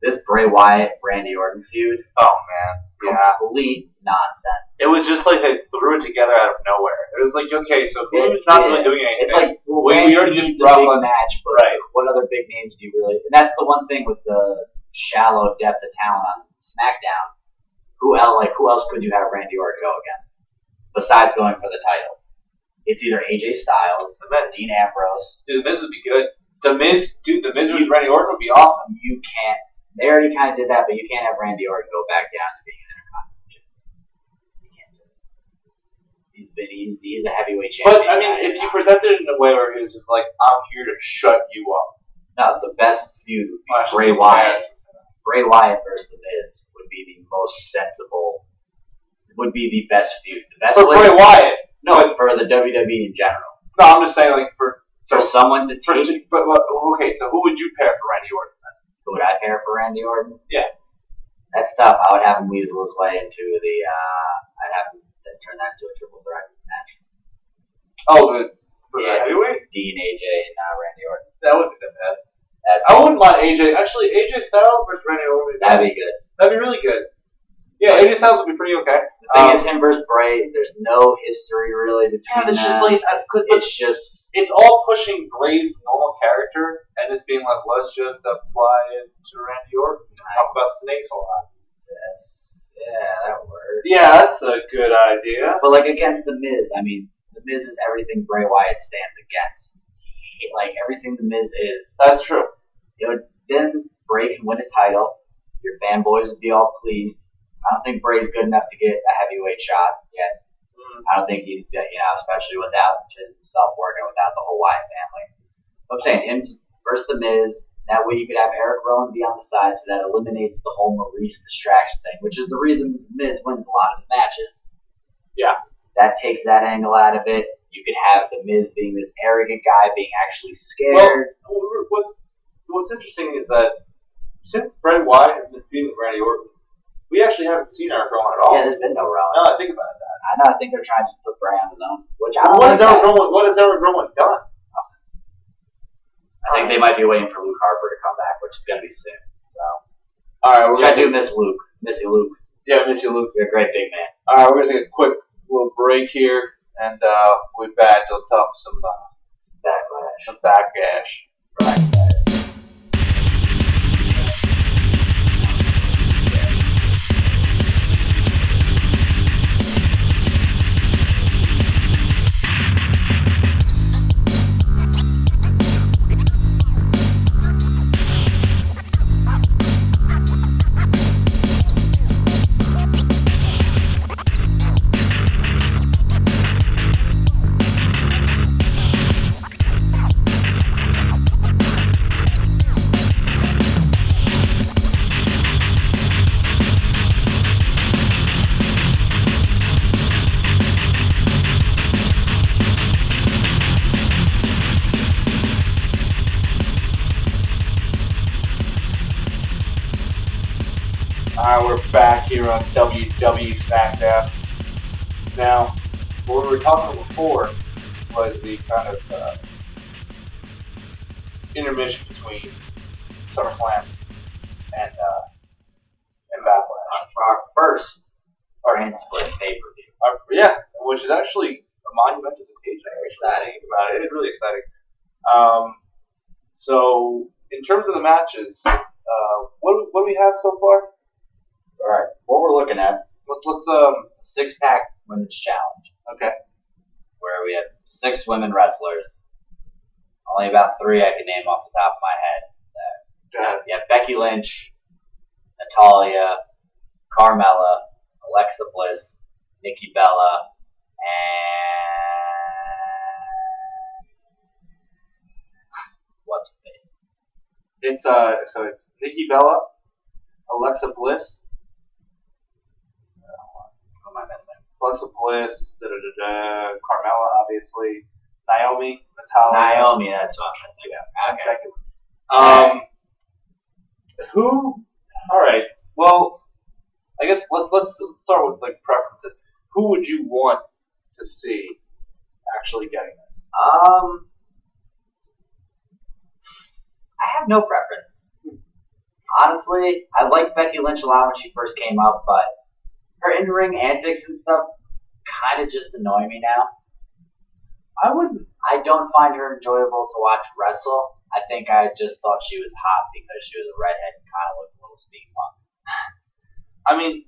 [SPEAKER 2] this Bray Wyatt Randy Orton feud?
[SPEAKER 1] Oh man. Yeah.
[SPEAKER 2] Complete nonsense.
[SPEAKER 1] It was just like they threw it together out of nowhere. It was like, okay, so
[SPEAKER 2] It-
[SPEAKER 1] who's not
[SPEAKER 2] yeah.
[SPEAKER 1] really doing anything?
[SPEAKER 2] It's like well,
[SPEAKER 1] We- we
[SPEAKER 2] Randy
[SPEAKER 1] already
[SPEAKER 2] needs
[SPEAKER 1] did
[SPEAKER 2] a big
[SPEAKER 1] Rollins.
[SPEAKER 2] match, but
[SPEAKER 1] Right.
[SPEAKER 2] what other big names do you really? And that's the one thing with the shallow depth of talent on SmackDown. Who else? Like who else could you have Randy Orton go against besides going for the title? It's either AJ Styles, Dean Ambrose.
[SPEAKER 1] dude, the Miz would be good. The Miz, dude, the Miz
[SPEAKER 2] You-
[SPEAKER 1] with Randy Orton would be awesome.
[SPEAKER 2] You can't. They already kind of did that, but you can't have Randy Orton go back down to being an intercontinental champion. You can't do it. He's been he's, he's a heavyweight champion.
[SPEAKER 1] But I mean, if you presented it in a way where he was just like, "I'm here to shut you up,"
[SPEAKER 2] no, the best feud would be
[SPEAKER 1] Actually,
[SPEAKER 2] Bray
[SPEAKER 1] yeah,
[SPEAKER 2] Wyatt
[SPEAKER 1] that's what
[SPEAKER 2] Bray Wyatt versus The Miz would be the most sensible, would be the best feud. The
[SPEAKER 1] I'm
[SPEAKER 2] best
[SPEAKER 1] saying. for
[SPEAKER 2] way,
[SPEAKER 1] Bray Wyatt.
[SPEAKER 2] no, for the WWE in general.
[SPEAKER 1] No, I'm just saying, like for so,
[SPEAKER 2] for someone to
[SPEAKER 1] for,
[SPEAKER 2] take,
[SPEAKER 1] but what- okay, so who would you pair for Randy Orton?
[SPEAKER 2] who would I pair for Randy Orton?
[SPEAKER 1] Yeah.
[SPEAKER 2] that's tough. I would have him weasel his way into the. Uh, I'd have him turn that into a triple threat match.
[SPEAKER 1] Oh, the, for
[SPEAKER 2] Yeah.
[SPEAKER 1] the heavyweight.
[SPEAKER 2] Dean, AJ, and uh, Randy Orton.
[SPEAKER 1] That wouldn't be that bad.
[SPEAKER 2] That's
[SPEAKER 1] I wouldn't mind AJ. Actually, AJ Styles versus Randy Orton would be
[SPEAKER 2] that'd be good.
[SPEAKER 1] That'd be really good. Yeah, AJ Styles would be pretty okay.
[SPEAKER 2] The thing
[SPEAKER 1] Um,
[SPEAKER 2] is, him versus Bray. There's no history really between
[SPEAKER 1] Yeah, it's just
[SPEAKER 2] them.
[SPEAKER 1] like uh, because
[SPEAKER 2] it's just
[SPEAKER 1] it's all pushing Bray's normal character and it's being like, let's just apply it to Randy Orton and talk about snakes a lot.
[SPEAKER 2] yeah, that works.
[SPEAKER 1] Yeah, that's a good idea.
[SPEAKER 2] But like against the Miz, I mean, the Miz is everything Bray Wyatt stands against. He- Like everything the Miz is.
[SPEAKER 1] That's true.
[SPEAKER 2] It would then Bray can win a title. Your fanboys would be all pleased. I don't think Bray's good enough to get a heavyweight shot yet.
[SPEAKER 1] Mm.
[SPEAKER 2] I don't think he's uh, you know especially without himself working without the whole Wyatt family. I'm saying him versus the Miz. That way you could have Eric Rowan be on the side, so that eliminates the whole Maurice distraction thing, which is the reason Miz wins a lot of his matches.
[SPEAKER 1] Yeah.
[SPEAKER 2] That takes that angle out of it. You could have the Miz being this arrogant guy, being actually scared.
[SPEAKER 1] Well, what's what's interesting is that since Bray Wyatt has been feuding with Randy Orton, we actually haven't seen Eric Rowan at all.
[SPEAKER 2] yeah, there's been no Rowan.
[SPEAKER 1] Now that I think about that.
[SPEAKER 2] I know. I think they're trying to put Bray on his own, which I don't
[SPEAKER 1] What
[SPEAKER 2] like.
[SPEAKER 1] has Eric
[SPEAKER 2] that.
[SPEAKER 1] Rowan? What has Eric Rowan done?
[SPEAKER 2] I think they might be waiting for Luke Harper to come back, which is going to be soon. So,
[SPEAKER 1] All right, we're
[SPEAKER 2] which I
[SPEAKER 1] gonna
[SPEAKER 2] do miss Luke, missy Luke.
[SPEAKER 1] Yeah, miss you, Luke.
[SPEAKER 2] You're a great big man.
[SPEAKER 1] All right, we're gonna take a quick little break here, and uh, we'll be back to talk some uh,
[SPEAKER 2] Backlash.
[SPEAKER 1] some backlash. Uh, we're back here on WW SmackDown. Now, what we were talking before was the kind of uh, intermission between SummerSlam and uh, and Backlash.
[SPEAKER 2] Our first
[SPEAKER 1] Our-
[SPEAKER 2] brand split pay per view.
[SPEAKER 1] Uh, yeah, which is actually a monumental occasion.
[SPEAKER 2] Very
[SPEAKER 1] exciting about it. It's really exciting. Um, so, in terms of the matches, uh, what do- what do we have so far?
[SPEAKER 2] All right, what we're looking at
[SPEAKER 1] Let's let's um
[SPEAKER 2] six pack women's challenge,
[SPEAKER 1] okay
[SPEAKER 2] where we have six women wrestlers. Only about three I can name off the top of my head.
[SPEAKER 1] go ahead.
[SPEAKER 2] You have Becky Lynch, Natalia, Carmella, Alexa Bliss, Nikki Bella, and (laughs) what's her face?
[SPEAKER 1] It's uh so it's Nikki Bella, Alexa Bliss,
[SPEAKER 2] Who am I missing?
[SPEAKER 1] Alexa Bliss, da da da da, Carmella obviously, Naomi, Natalia,
[SPEAKER 2] Naomi. That's what I'm
[SPEAKER 1] Becky. Um,
[SPEAKER 2] missing. Okay.
[SPEAKER 1] who? All right. Well, I guess let, let's start with like preferences. Who would you want to see actually getting this?
[SPEAKER 2] Um, I have no preference. Honestly, I liked Becky Lynch a lot when she first came up, but her in-ring antics and stuff kind of just annoy me now.
[SPEAKER 1] I wouldn't.
[SPEAKER 2] I don't find her enjoyable to watch wrestle. I think I just thought she was hot because she was a redhead and kind of looked a little steampunk.
[SPEAKER 1] I mean,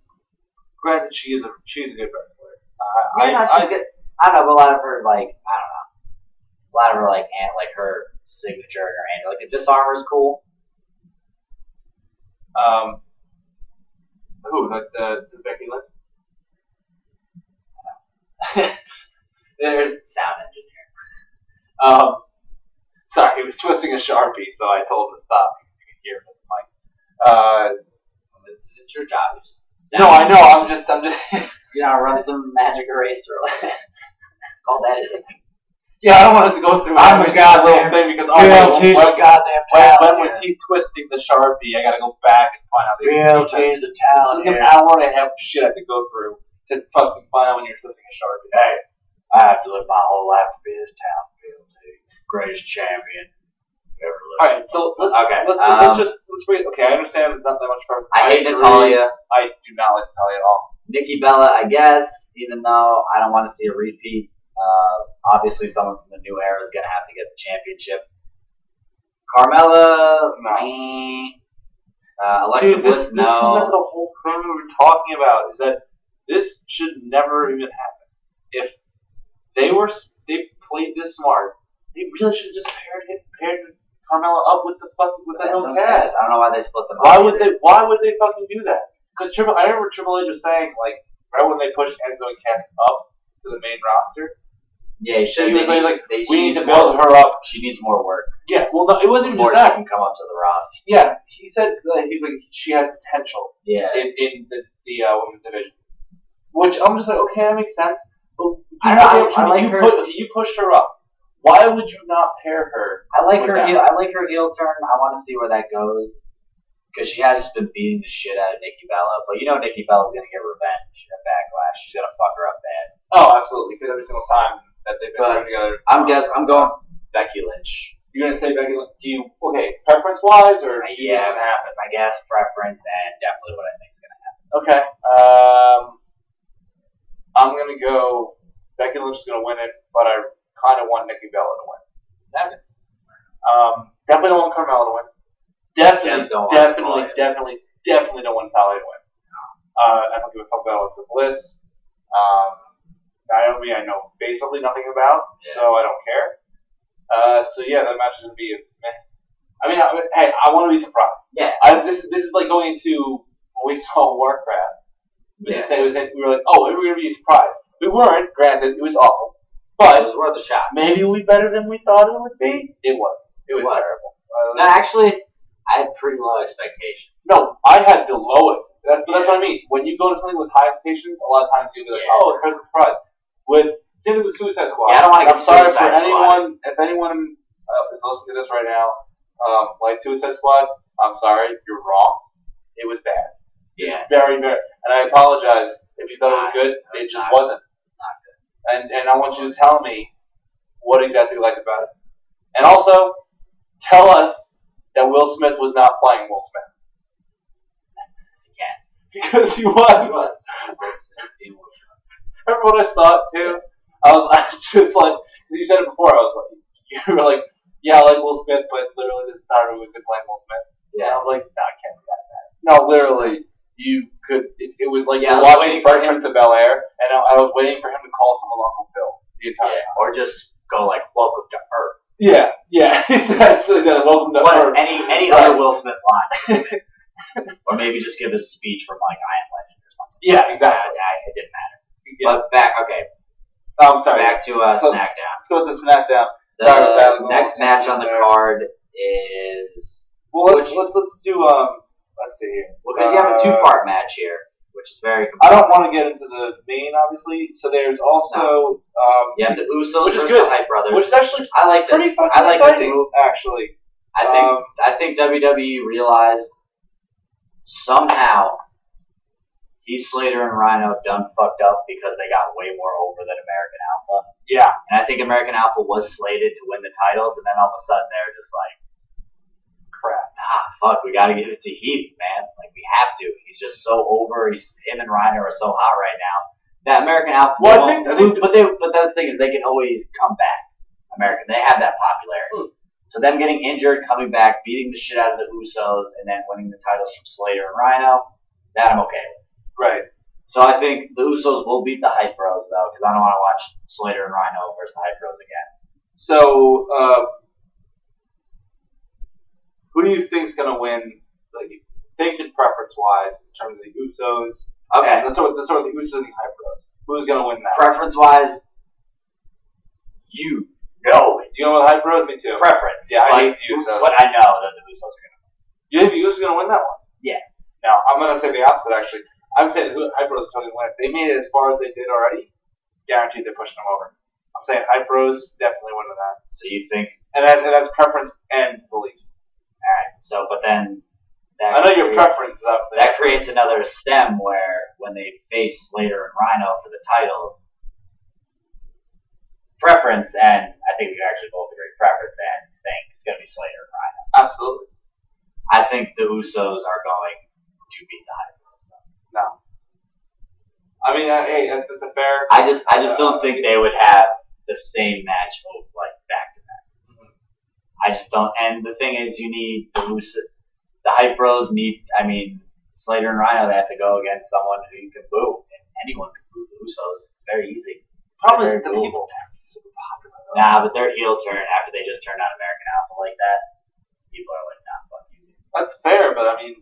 [SPEAKER 1] granted, she is a she's a good wrestler. I,
[SPEAKER 2] Yeah,
[SPEAKER 1] I,
[SPEAKER 2] no, she's
[SPEAKER 1] I,
[SPEAKER 2] good. I don't know, but a lot of her like I don't know, a lot of her like and like her signature and her hand, like the disarmer is cool.
[SPEAKER 1] Um, who the, the, the Becky Lynch? (laughs)
[SPEAKER 2] There's the sound engineer.
[SPEAKER 1] Um, sorry, he was twisting a sharpie, so I told him to stop because you could hear it. in the mic.
[SPEAKER 2] It's, it's your job. You just
[SPEAKER 1] Uh,
[SPEAKER 2] sound
[SPEAKER 1] no, I know. I'm just, I'm just. (laughs)
[SPEAKER 2] You know, run some magic eraser. (laughs) it's called editing. (laughs)
[SPEAKER 1] yeah, I don't want it to go through
[SPEAKER 2] I'm
[SPEAKER 1] every
[SPEAKER 2] a
[SPEAKER 1] single little
[SPEAKER 2] goddamn
[SPEAKER 1] thing because oh,
[SPEAKER 3] Real
[SPEAKER 1] wait,
[SPEAKER 3] teacher,
[SPEAKER 1] when,
[SPEAKER 3] goddamn
[SPEAKER 1] when,
[SPEAKER 3] town.
[SPEAKER 1] when was
[SPEAKER 3] here.
[SPEAKER 1] he twisting the sharpie? I gotta go back and find out. the
[SPEAKER 3] Real
[SPEAKER 1] exact time.
[SPEAKER 3] teacher,
[SPEAKER 1] This
[SPEAKER 3] town
[SPEAKER 1] is an
[SPEAKER 3] here.
[SPEAKER 1] hour and a half of shit I have to go through to fucking find out when you're twisting a sharpie.
[SPEAKER 3] Hey, I have to live my whole life to be this town field dude. Greatest champion ever
[SPEAKER 1] All
[SPEAKER 3] lived.
[SPEAKER 1] right, so let's
[SPEAKER 2] Okay,
[SPEAKER 1] let's,
[SPEAKER 2] um,
[SPEAKER 1] let's just let's wait. Okay, I understand it's not that much part.
[SPEAKER 2] I hate
[SPEAKER 1] agree.
[SPEAKER 2] Natalia.
[SPEAKER 1] I do not like Natalia at all.
[SPEAKER 2] Nikki Bella, I guess, even though I don't want to see a repeat. Uh, obviously, someone from the new era is going to have to get the championship. Carmella, meh. Uh, Alexa
[SPEAKER 1] Dude, this,
[SPEAKER 2] Bliss,
[SPEAKER 1] this comes
[SPEAKER 2] no.
[SPEAKER 1] out to the whole thing we were talking about is that this should never even happen. If they were s- they played this smart, they really should have just paired him, paired Carmella up with the fucking with
[SPEAKER 2] I
[SPEAKER 1] that
[SPEAKER 2] don't
[SPEAKER 1] own
[SPEAKER 2] care. I
[SPEAKER 1] cast.
[SPEAKER 2] don't know why they split them
[SPEAKER 1] Why
[SPEAKER 2] up.
[SPEAKER 1] would they? Why would they fucking do that? Because Triple, I remember Triple H was saying like right when they pushed Enzo and Cass up to the main roster,
[SPEAKER 2] Yeah, you should.
[SPEAKER 1] He was
[SPEAKER 2] they
[SPEAKER 1] like,
[SPEAKER 2] they, she
[SPEAKER 1] we need
[SPEAKER 2] needs
[SPEAKER 1] to
[SPEAKER 2] more-
[SPEAKER 1] build her up.
[SPEAKER 2] She needs more work.
[SPEAKER 1] Yeah, well, no, it wasn't even
[SPEAKER 2] Before
[SPEAKER 1] just
[SPEAKER 2] she
[SPEAKER 1] that.
[SPEAKER 2] can come up to the roster.
[SPEAKER 1] Yeah, he said that he's like she has potential.
[SPEAKER 2] Yeah.
[SPEAKER 1] in, in the, the uh, women's division. Which I'm just like, okay, that makes sense. But you,
[SPEAKER 2] I don't-
[SPEAKER 1] put-
[SPEAKER 2] I- I like
[SPEAKER 1] you
[SPEAKER 2] her-
[SPEAKER 1] put, okay, you pushed her up. Why would you not pair her?
[SPEAKER 2] I like
[SPEAKER 1] With
[SPEAKER 2] her
[SPEAKER 1] that.
[SPEAKER 2] heel. I like her heel turn. I want to see where that goes because she has just been beating the shit out of Nikki Bella. But you know Nikki Bella's gonna get revenge at Backlash. She's gonna fuck her up bad.
[SPEAKER 1] Oh, absolutely, because every single time that they've been
[SPEAKER 2] But-
[SPEAKER 1] paired together,
[SPEAKER 2] I'm guess. I'm going Becky Lynch.
[SPEAKER 1] you're gonna say Becky. Lynch- Do you okay? Preference wise, or do you
[SPEAKER 2] Yeah.
[SPEAKER 1] think it's gonna happen?
[SPEAKER 2] But my guess, preference, and definitely what I think is gonna happen.
[SPEAKER 1] Okay. Um, I'm gonna go. Becky Lynch is gonna win it, but I kind of want Nikki Bella to win.
[SPEAKER 2] That-
[SPEAKER 1] Um, definitely don't want Carmella to win. Definitely,
[SPEAKER 2] Yeah, don't want
[SPEAKER 1] definitely,
[SPEAKER 2] Natalia.
[SPEAKER 1] definitely, definitely don't want Natalia to win. Uh, I don't give a fuck about Alexa Bliss. Um, Naomi, I know basically nothing about,
[SPEAKER 2] Yeah.
[SPEAKER 1] so I don't care. Uh, so yeah, that match is gonna be. Meh. I mean, I, hey, I want to be surprised.
[SPEAKER 2] Yeah.
[SPEAKER 1] I, this is this is like going into when we (laughs) saw Warcraft. We
[SPEAKER 2] Yeah.
[SPEAKER 1] just said it was like, we were like, oh, we were gonna be surprised. We weren't, granted, it was awful.
[SPEAKER 2] It
[SPEAKER 1] But
[SPEAKER 2] was worth a shot.
[SPEAKER 1] maybe it'll be better than we thought it would be. It was. It was
[SPEAKER 2] What?
[SPEAKER 1] terrible.
[SPEAKER 2] No, actually, I had pretty low expectations.
[SPEAKER 1] No, I had the lowest. That's but that's what I mean. When you go to something with high expectations, a lot of times you'll be like,
[SPEAKER 2] Yeah.
[SPEAKER 1] oh, here's the surprise. With same thing with Suicide Squad.
[SPEAKER 2] Yeah, I don't wanna
[SPEAKER 1] I'm
[SPEAKER 2] get
[SPEAKER 1] sorry for
[SPEAKER 2] Suicide Squad.
[SPEAKER 1] anyone. If anyone uh, is listening to this right now, um, like Suicide Squad, I'm sorry, you're wrong. It was bad.
[SPEAKER 2] Yeah.
[SPEAKER 1] It's very, very. And I apologize if you thought it was
[SPEAKER 2] Nah,
[SPEAKER 1] good.
[SPEAKER 2] no,
[SPEAKER 1] It
[SPEAKER 2] it's
[SPEAKER 1] just
[SPEAKER 2] not.
[SPEAKER 1] wasn't.
[SPEAKER 2] not
[SPEAKER 1] And and I want you to tell me what exactly you liked about it. And also, tell us that Will Smith was not playing Will Smith.
[SPEAKER 2] Yeah.
[SPEAKER 1] Because he was.
[SPEAKER 2] He was. Will Smith being Will Smith.
[SPEAKER 1] Remember when I saw it too? I was, (laughs) I was just like, because you said it before, I was like, (laughs) you were like, yeah, I like Will Smith, but literally this entire movie was him playing Will Smith. And I
[SPEAKER 2] Yeah.
[SPEAKER 1] was like, no, it can't be that bad. No, literally, you could, it, it was like
[SPEAKER 2] Yeah, I
[SPEAKER 1] you're
[SPEAKER 2] was
[SPEAKER 1] watching
[SPEAKER 2] waiting for
[SPEAKER 1] Fresh Prince of Bel Air, and I, I was waiting for him to call someone Uncle Phil the entire
[SPEAKER 2] yeah. Or just go like, welcome to Earth.
[SPEAKER 1] Yeah, yeah, (laughs) exactly. yeah, welcome to
[SPEAKER 2] What,
[SPEAKER 1] Earth.
[SPEAKER 2] any any
[SPEAKER 1] Right.
[SPEAKER 2] other Will Smith line. (laughs) or maybe just give a speech from like I Am Legend or something.
[SPEAKER 1] Yeah, exactly.
[SPEAKER 2] Yeah, yeah, it didn't matter.
[SPEAKER 1] Yeah.
[SPEAKER 2] But back, okay,
[SPEAKER 1] Oh, I'm sorry.
[SPEAKER 2] back to uh,
[SPEAKER 1] So-
[SPEAKER 2] SmackDown.
[SPEAKER 1] Let's go with the SmackDown.
[SPEAKER 2] The
[SPEAKER 1] Sorry about that.
[SPEAKER 2] next match on the card is
[SPEAKER 1] Well, let's,
[SPEAKER 2] Which-
[SPEAKER 1] let's let's do um. Let's see here.
[SPEAKER 2] well, because you have a
[SPEAKER 1] Uh,
[SPEAKER 2] two-part match here, which is very.
[SPEAKER 1] I don't want to get into the main, obviously. So there's also um,
[SPEAKER 2] You have the Usos
[SPEAKER 1] Which is
[SPEAKER 2] versus
[SPEAKER 1] good.
[SPEAKER 2] the Hype Brothers.
[SPEAKER 1] which is actually
[SPEAKER 2] I like
[SPEAKER 1] pretty
[SPEAKER 2] this.
[SPEAKER 1] fucking
[SPEAKER 2] I like
[SPEAKER 1] exciting,
[SPEAKER 2] this move.
[SPEAKER 1] actually.
[SPEAKER 2] I think
[SPEAKER 1] Um,
[SPEAKER 2] I think WWE realized somehow Heath Slater and Rhino done fucked up because they got way more over than American Alpha.
[SPEAKER 1] Yeah,
[SPEAKER 2] And I think American Alpha was slated to win the titles, and then all of a sudden they're just like, crap, nah, fuck, we gotta give it to Heath, man. Like, we have to. He's just so over. He's, him and Reiner are so hot right now. That American Alpha.
[SPEAKER 1] Well, I
[SPEAKER 2] won't
[SPEAKER 1] think- I think-
[SPEAKER 2] lose, but, they, but the thing is, they can always come back. American, they have that
[SPEAKER 1] Hmm.
[SPEAKER 2] popularity. So them getting injured, coming back, beating the shit out of the Usos, and then winning the titles from Slater and Rhino, that I'm okay with.
[SPEAKER 1] right.
[SPEAKER 2] So I think the Usos will beat the Hype Bros though, because I don't want to watch Slater and Rhino versus the Hype Bros again.
[SPEAKER 1] So uh, who do you think's gonna win? Like, thinking preference wise in terms of the Usos. Okay,
[SPEAKER 2] Okay.
[SPEAKER 1] let's start with, let's start with the Usos and the Hype Bros. Who's gonna win that?
[SPEAKER 2] Preference wise, you know it.
[SPEAKER 1] you going with Hype Bros? Me too.
[SPEAKER 2] Preference.
[SPEAKER 1] Yeah, I
[SPEAKER 2] but,
[SPEAKER 1] hate the Usos.
[SPEAKER 2] But I know that the Usos are gonna.
[SPEAKER 1] You think the Usos are gonna win that one?
[SPEAKER 2] Yeah.
[SPEAKER 1] No, I'm gonna say the opposite actually. I'm saying who Hype Bros are totally win. If they made it as far as they did already, guaranteed they're pushing them over. I'm saying Hype Bros definitely winning that.
[SPEAKER 2] So you think?
[SPEAKER 1] And that's, and that's preference and belief.
[SPEAKER 2] All right. So, but then. That
[SPEAKER 1] I know your
[SPEAKER 2] creates-
[SPEAKER 1] preference is obviously
[SPEAKER 2] That creates another stem where when they face Slater and Rhino for the titles, preference and I think we can actually both agree preference and think it's gonna be Slater and Rhino.
[SPEAKER 1] absolutely
[SPEAKER 2] I think the Usos are going to beat the Hype Bros.
[SPEAKER 1] no. I mean, uh, hey, that's, that's a fair.
[SPEAKER 2] I just, I just don't think they would have the same match of like back to back. I just don't. And the thing is, you need the Usos, the Hype Bros need. I mean, Slater and Rhino they have to go against someone who you can boo, and anyone can boo the Usos. It's very easy.
[SPEAKER 1] Problem is
[SPEAKER 2] They're
[SPEAKER 1] the
[SPEAKER 2] doable.
[SPEAKER 1] people are super popular. though.
[SPEAKER 2] Nah, but their heel turn after they just turned on American Alpha like that, people are like, nah, fuck you.
[SPEAKER 1] That's fair, but I mean,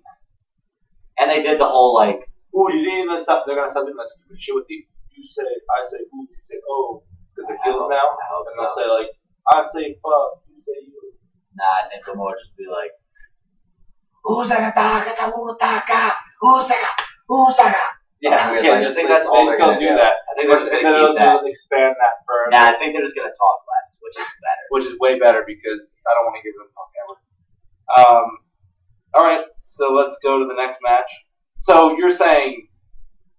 [SPEAKER 2] And they did the whole like,
[SPEAKER 1] ooh, you think they're gonna stop? They're gonna stop doing that stupid shit with the you say, I say, ooh, you say, oh, because they're heels
[SPEAKER 2] I
[SPEAKER 1] now,
[SPEAKER 2] hope- I hope
[SPEAKER 1] and
[SPEAKER 2] so.
[SPEAKER 1] they'll say like, I say fuck, you say you.
[SPEAKER 2] Nah, I think they'll more just be like, Usagatakatautaka, Usaga, Usaga.
[SPEAKER 1] Yeah,
[SPEAKER 2] Yeah,
[SPEAKER 1] okay,
[SPEAKER 2] like-
[SPEAKER 1] just think
[SPEAKER 2] like
[SPEAKER 1] that's
[SPEAKER 2] all
[SPEAKER 1] they
[SPEAKER 2] they're
[SPEAKER 1] still
[SPEAKER 2] gonna
[SPEAKER 1] do
[SPEAKER 2] do.
[SPEAKER 1] that.
[SPEAKER 2] I think they're just
[SPEAKER 1] And
[SPEAKER 2] gonna
[SPEAKER 1] they'll
[SPEAKER 2] keep that.
[SPEAKER 1] they'll expand that further,
[SPEAKER 2] Nah, I think they're just gonna talk less, which is better.
[SPEAKER 1] which is way better because I don't want to give them fuck ever. Um, all right, so let's go to the next match. So you're saying,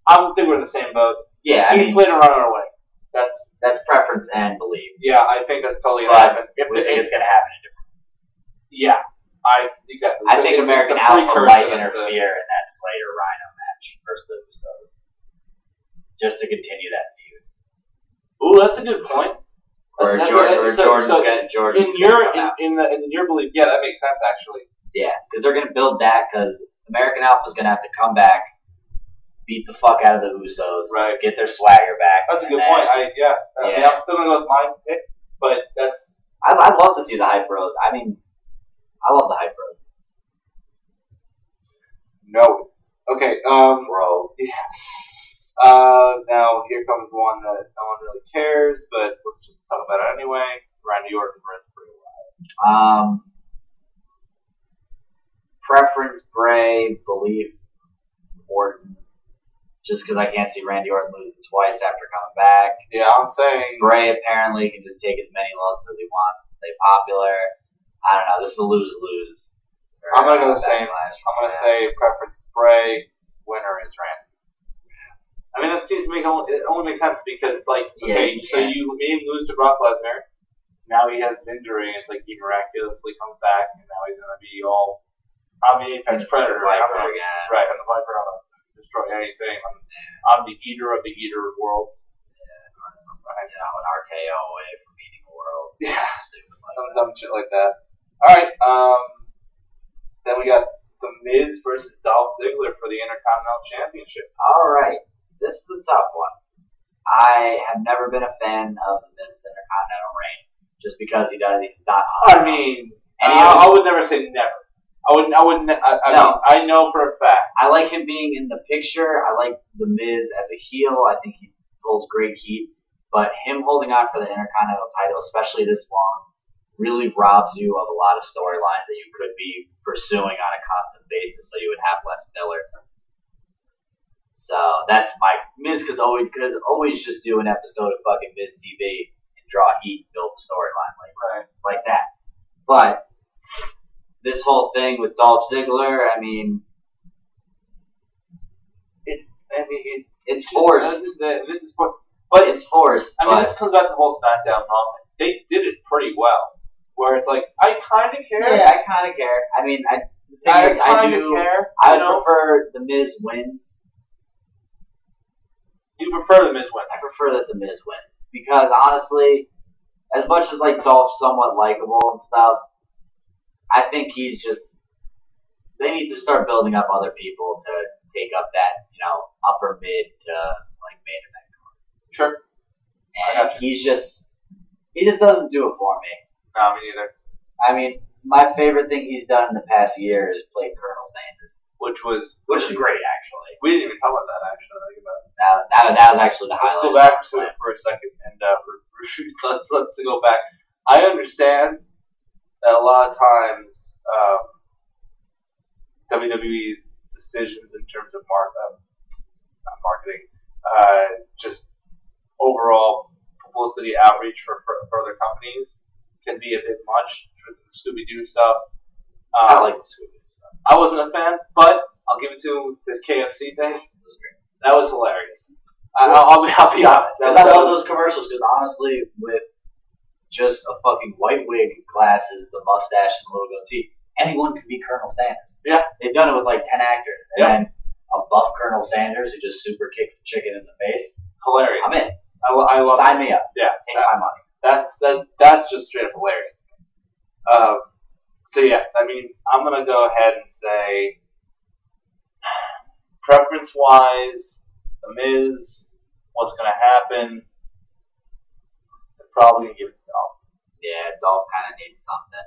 [SPEAKER 1] I think we're in the same boat.
[SPEAKER 2] Yeah, I
[SPEAKER 1] Heath
[SPEAKER 2] mean,
[SPEAKER 1] Slater running away. That's
[SPEAKER 2] that's preference and belief.
[SPEAKER 1] yeah, I think that's totally gonna
[SPEAKER 2] But
[SPEAKER 1] happen. If
[SPEAKER 2] We
[SPEAKER 1] the-
[SPEAKER 2] think it's gonna happen in different
[SPEAKER 1] yeah, I exactly.
[SPEAKER 2] I
[SPEAKER 1] So
[SPEAKER 2] think
[SPEAKER 1] it's- it's
[SPEAKER 2] American
[SPEAKER 1] the
[SPEAKER 2] Alpha
[SPEAKER 1] precursor that's
[SPEAKER 2] might
[SPEAKER 1] the-
[SPEAKER 2] interfere in that Slater Rhino match versus the Usos. Just to continue that feud.
[SPEAKER 1] Ooh, that's a good point.
[SPEAKER 2] Or,
[SPEAKER 1] That's-
[SPEAKER 2] Jordan,
[SPEAKER 1] that's-
[SPEAKER 2] or
[SPEAKER 1] so-
[SPEAKER 2] Jordan's
[SPEAKER 1] so
[SPEAKER 2] gonna Jordan's
[SPEAKER 1] In
[SPEAKER 2] gonna
[SPEAKER 1] your
[SPEAKER 2] come out.
[SPEAKER 1] in, in the in your belief, yeah, that makes sense actually.
[SPEAKER 2] Yeah, because they're going to build that because American Alpha's going to have to come back, beat the fuck out of the Usos,
[SPEAKER 1] Right.
[SPEAKER 2] get their swagger back.
[SPEAKER 1] That's a
[SPEAKER 2] and
[SPEAKER 1] good
[SPEAKER 2] then-
[SPEAKER 1] point. I yeah, I mean,
[SPEAKER 2] Yeah.
[SPEAKER 1] I'm still gonna go with my pick, but that's
[SPEAKER 2] I, I'd love to see the Hype Bros. I mean, I love the Hype Bros.
[SPEAKER 1] no. Okay. Um.
[SPEAKER 2] Bro.
[SPEAKER 1] Uh. Now here comes one that no one really cares, but let's just talk about it anyway. Randy Orton versus Bray Wyatt.
[SPEAKER 2] Um, preference, Bray, belief, Orton. Just because I can't see Randy Orton losing twice after coming back.
[SPEAKER 1] Yeah, I'm saying.
[SPEAKER 2] Bray apparently can just take as many losses as he wants and stay popular. I don't know. This is a lose lose.
[SPEAKER 1] I'm gonna go the same. I'm gonna say preference Bray, winner is Randy. I mean, that seems to make only, it only makes sense because it's like
[SPEAKER 2] Yeah,
[SPEAKER 1] okay,
[SPEAKER 2] you
[SPEAKER 1] so
[SPEAKER 2] can't.
[SPEAKER 1] you made him lose to Brock Lesnar. Now he has his injury, and it's like he miraculously comes back, and now he's gonna be all I'm the apex predator,
[SPEAKER 2] Viper
[SPEAKER 1] I'm the-
[SPEAKER 2] again.
[SPEAKER 1] right? I'm the viper, I'm gonna destroy anything. I'm, I'm the eater of the eater of
[SPEAKER 2] (laughs)
[SPEAKER 1] worlds.
[SPEAKER 2] Right now, an RKO away from beating the world.
[SPEAKER 1] Yeah.
[SPEAKER 2] Stupid like
[SPEAKER 1] some
[SPEAKER 2] that.
[SPEAKER 1] dumb shit like that. All right. Um, then we got the Miz versus Dolph Ziggler for the Intercontinental Championship.
[SPEAKER 2] All right, this is a tough one. I have never been a fan of the Miz Intercontinental Reign, just because he does he's not.
[SPEAKER 1] I mean, uh,
[SPEAKER 2] and he
[SPEAKER 1] I, I
[SPEAKER 2] was-
[SPEAKER 1] would never say never. I would. I would. Ne- I, I,
[SPEAKER 2] No.
[SPEAKER 1] mean, I know for a fact.
[SPEAKER 2] I like him being in the picture. I like the Miz as a heel. I think he pulls great heat, but him holding on for the Intercontinental title, especially this long, really robs you of a lot of storylines that you could be pursuing on a constant basis. So you would have less filler. So that's my Miz could always could always just do an episode of fucking Miz TV and draw heat, and build a storyline like
[SPEAKER 1] Right.
[SPEAKER 2] like that. But this whole thing with Dolph Ziggler, I mean,
[SPEAKER 1] I mean, it's
[SPEAKER 2] it's
[SPEAKER 1] just-
[SPEAKER 2] forced.
[SPEAKER 1] This is, the, this is what.
[SPEAKER 2] But it's forced.
[SPEAKER 1] I mean,
[SPEAKER 2] but
[SPEAKER 1] this comes back to the whole SmackDown Raw. thing. They did it pretty well. Where it's like, I kind of care.
[SPEAKER 2] yeah, I kind of care. I mean, I the thing
[SPEAKER 1] I
[SPEAKER 2] is, I
[SPEAKER 1] kind of
[SPEAKER 2] do.
[SPEAKER 1] care.
[SPEAKER 2] I
[SPEAKER 1] you
[SPEAKER 2] would
[SPEAKER 1] know,
[SPEAKER 2] prefer the Miz wins.
[SPEAKER 1] you prefer the Miz win.
[SPEAKER 2] I prefer that the Miz wins because honestly, as much as like Dolph's somewhat likable and stuff, I think he's just. They need to start building up other people to take up that you know upper mid to like main event.
[SPEAKER 1] Sure. I
[SPEAKER 2] and
[SPEAKER 1] gotcha.
[SPEAKER 2] he's just he just doesn't do it for me.
[SPEAKER 1] No, me neither.
[SPEAKER 2] I mean, my favorite thing he's done in the past year is play Colonel Sanders,
[SPEAKER 1] Which was
[SPEAKER 2] which is great actually.
[SPEAKER 1] We didn't even talk about that actually. I think about it.
[SPEAKER 2] That, that, that was actually the
[SPEAKER 1] Let's
[SPEAKER 2] highlight.
[SPEAKER 1] go back to it for a second and uh, re- re- (laughs) let's let's go back. I understand that a lot of times um, WWE's decisions in terms of mark, uh, not marketing, uh, just overall publicity outreach for, for, for other companies can be a bit much with the Scooby Doo stuff. Um,
[SPEAKER 2] I like the Scooby Doo stuff.
[SPEAKER 1] I wasn't a fan, but I'll give it to the KFC thing.
[SPEAKER 2] It was great.
[SPEAKER 1] That was hilarious. I, I'll, I'll, be, I'll be honest. That was,
[SPEAKER 2] Because I love
[SPEAKER 1] that was-
[SPEAKER 2] those commercials. Because honestly, with just a fucking white wig, glasses, the mustache, and little goatee, anyone could be Colonel Sanders.
[SPEAKER 1] Yeah.
[SPEAKER 2] they've done it with like ten actors, and
[SPEAKER 1] Yeah.
[SPEAKER 2] then a buff Colonel Sanders who just super kicks a chicken in the face.
[SPEAKER 1] hilarious.
[SPEAKER 2] I'm in.
[SPEAKER 1] I, lo- I love
[SPEAKER 2] Sign me up.
[SPEAKER 1] Yeah,
[SPEAKER 2] Take
[SPEAKER 1] that-
[SPEAKER 2] my money.
[SPEAKER 1] that's that, that's just straight up hilarious. Um, so yeah, I mean, I'm gonna go ahead and say, (sighs) preference wise, the Miz, what's gonna happen? I'm probably gonna give it to Dolph.
[SPEAKER 2] Yeah, Dolph kind of needs something.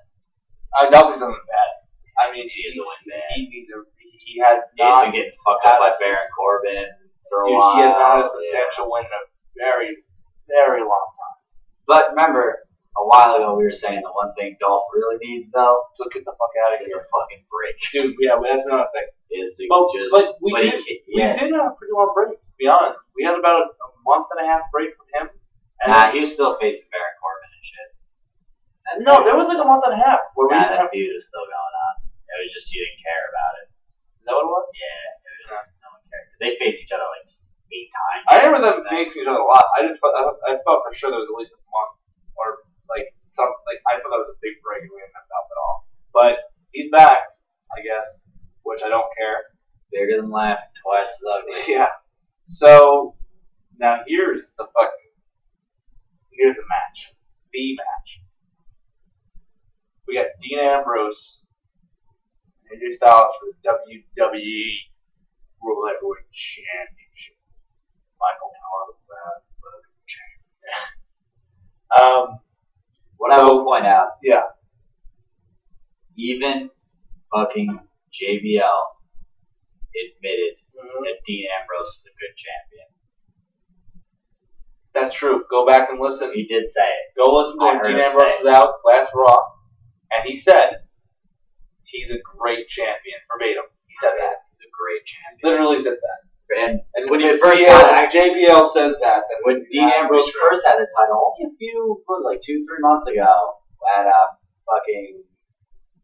[SPEAKER 1] I Dolph is something Uh, bad. I mean,
[SPEAKER 2] He
[SPEAKER 1] he's-
[SPEAKER 2] is doing bad.
[SPEAKER 1] He, needs a, he has
[SPEAKER 2] He's
[SPEAKER 1] not
[SPEAKER 2] been getting fucked up by
[SPEAKER 1] Addison.
[SPEAKER 2] Baron Corbin for a
[SPEAKER 1] Dude,
[SPEAKER 2] while.
[SPEAKER 1] he has not had a
[SPEAKER 2] yeah.
[SPEAKER 1] substantial win in a very, very long time.
[SPEAKER 2] But remember, a while ago we were saying the one thing Dolph really needs though
[SPEAKER 1] So get the fuck out of
[SPEAKER 2] is
[SPEAKER 1] here.
[SPEAKER 2] a fucking break.
[SPEAKER 1] Dude, yeah, well, that's another thing.
[SPEAKER 2] Is to
[SPEAKER 1] But-
[SPEAKER 2] just
[SPEAKER 1] but we
[SPEAKER 2] he
[SPEAKER 1] did-
[SPEAKER 2] can't-
[SPEAKER 1] We
[SPEAKER 2] yeah.
[SPEAKER 1] did have a pretty long break, to be honest. We had about a, a month and a half break from him. And
[SPEAKER 2] Nah, he was still facing Baron Corbin and shit. That
[SPEAKER 1] no,
[SPEAKER 2] feud
[SPEAKER 1] there was like a month and a half where we
[SPEAKER 2] nah,
[SPEAKER 1] didn't
[SPEAKER 2] that
[SPEAKER 1] have.
[SPEAKER 2] feud was still going on. It was just you didn't care about it.
[SPEAKER 1] Is that what it was?
[SPEAKER 2] Yeah, it was just no one cared. 'Cause They faced each other like eight times.
[SPEAKER 1] I remember them facing each other a lot. I just felt, I, I felt for sure there was at least a month or like some like I thought that was a big break and we didn't have that at all. But he's back, I guess, which I don't care.
[SPEAKER 2] bigger than life, twice as ugly.
[SPEAKER 1] Yeah. So now here's the fucking here's the match. The match. We got Dean Ambrose and AJ Styles for the WWE World Heavyweight Championship. Michael Cole, uh, champion. (laughs) um,
[SPEAKER 2] What I will point out
[SPEAKER 1] yeah,
[SPEAKER 2] even fucking JBL admitted
[SPEAKER 1] Mm-hmm.
[SPEAKER 2] that Dean Ambrose is a good champion.
[SPEAKER 1] that's true. Go back and listen.
[SPEAKER 2] He did say it.
[SPEAKER 1] Go listen to
[SPEAKER 2] I
[SPEAKER 1] him.
[SPEAKER 2] heard
[SPEAKER 1] Dean
[SPEAKER 2] him
[SPEAKER 1] Ambrose
[SPEAKER 2] say.
[SPEAKER 1] was out last Raw, and he said he's a great champion. Verbatim, he said that.
[SPEAKER 2] He's a great champion.
[SPEAKER 1] Literally said that.
[SPEAKER 2] And
[SPEAKER 1] And
[SPEAKER 2] When
[SPEAKER 1] if
[SPEAKER 2] he first
[SPEAKER 1] JBL,
[SPEAKER 2] got-
[SPEAKER 1] JBL says that. Then
[SPEAKER 2] when
[SPEAKER 1] it
[SPEAKER 2] Dean
[SPEAKER 1] has to be
[SPEAKER 2] Ambrose
[SPEAKER 1] true.
[SPEAKER 2] first had the title, only a few what was it, like two, three months ago at uh, fucking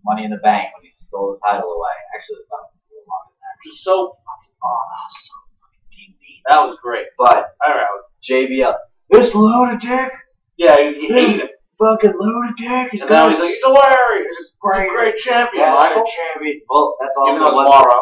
[SPEAKER 2] Money in the Bank when he stole the title away. Actually, it was about a little longer than that.
[SPEAKER 1] just so
[SPEAKER 2] Oh, awesome.
[SPEAKER 4] so fucking mean.
[SPEAKER 1] That was great.
[SPEAKER 2] But
[SPEAKER 1] I don't know.
[SPEAKER 2] JBL, this lunatic,
[SPEAKER 1] Yeah, he, he hated him.
[SPEAKER 2] fucking lunatic, he's
[SPEAKER 1] And now he's
[SPEAKER 2] gonna
[SPEAKER 1] like, he's hilarious. He's a
[SPEAKER 2] great.
[SPEAKER 1] great champion,
[SPEAKER 2] That's
[SPEAKER 1] Michael.
[SPEAKER 2] cool. champion. Well, that's
[SPEAKER 1] Even though
[SPEAKER 2] also
[SPEAKER 1] it's
[SPEAKER 2] what
[SPEAKER 1] Mauro.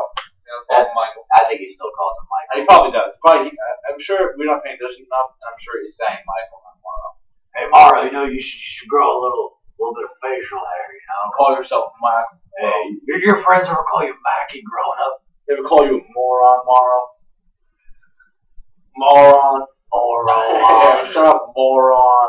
[SPEAKER 2] That's-
[SPEAKER 1] Michael.
[SPEAKER 2] I think he still calls him
[SPEAKER 1] He
[SPEAKER 2] Michael.
[SPEAKER 1] probably does. Probably, I- I'm sure we're not paying attention enough. I'm sure he's saying Michael, not Mauro.
[SPEAKER 4] Hey Mara, you know you should you should grow a little little bit of facial hair, you know.
[SPEAKER 1] Call yourself Michael.
[SPEAKER 4] Hey, your, your friends ever call you Mackie growing up?
[SPEAKER 1] They would call you a moron, Mauro. Moron.
[SPEAKER 4] Or
[SPEAKER 1] (laughs) Yeah, shut up, moron.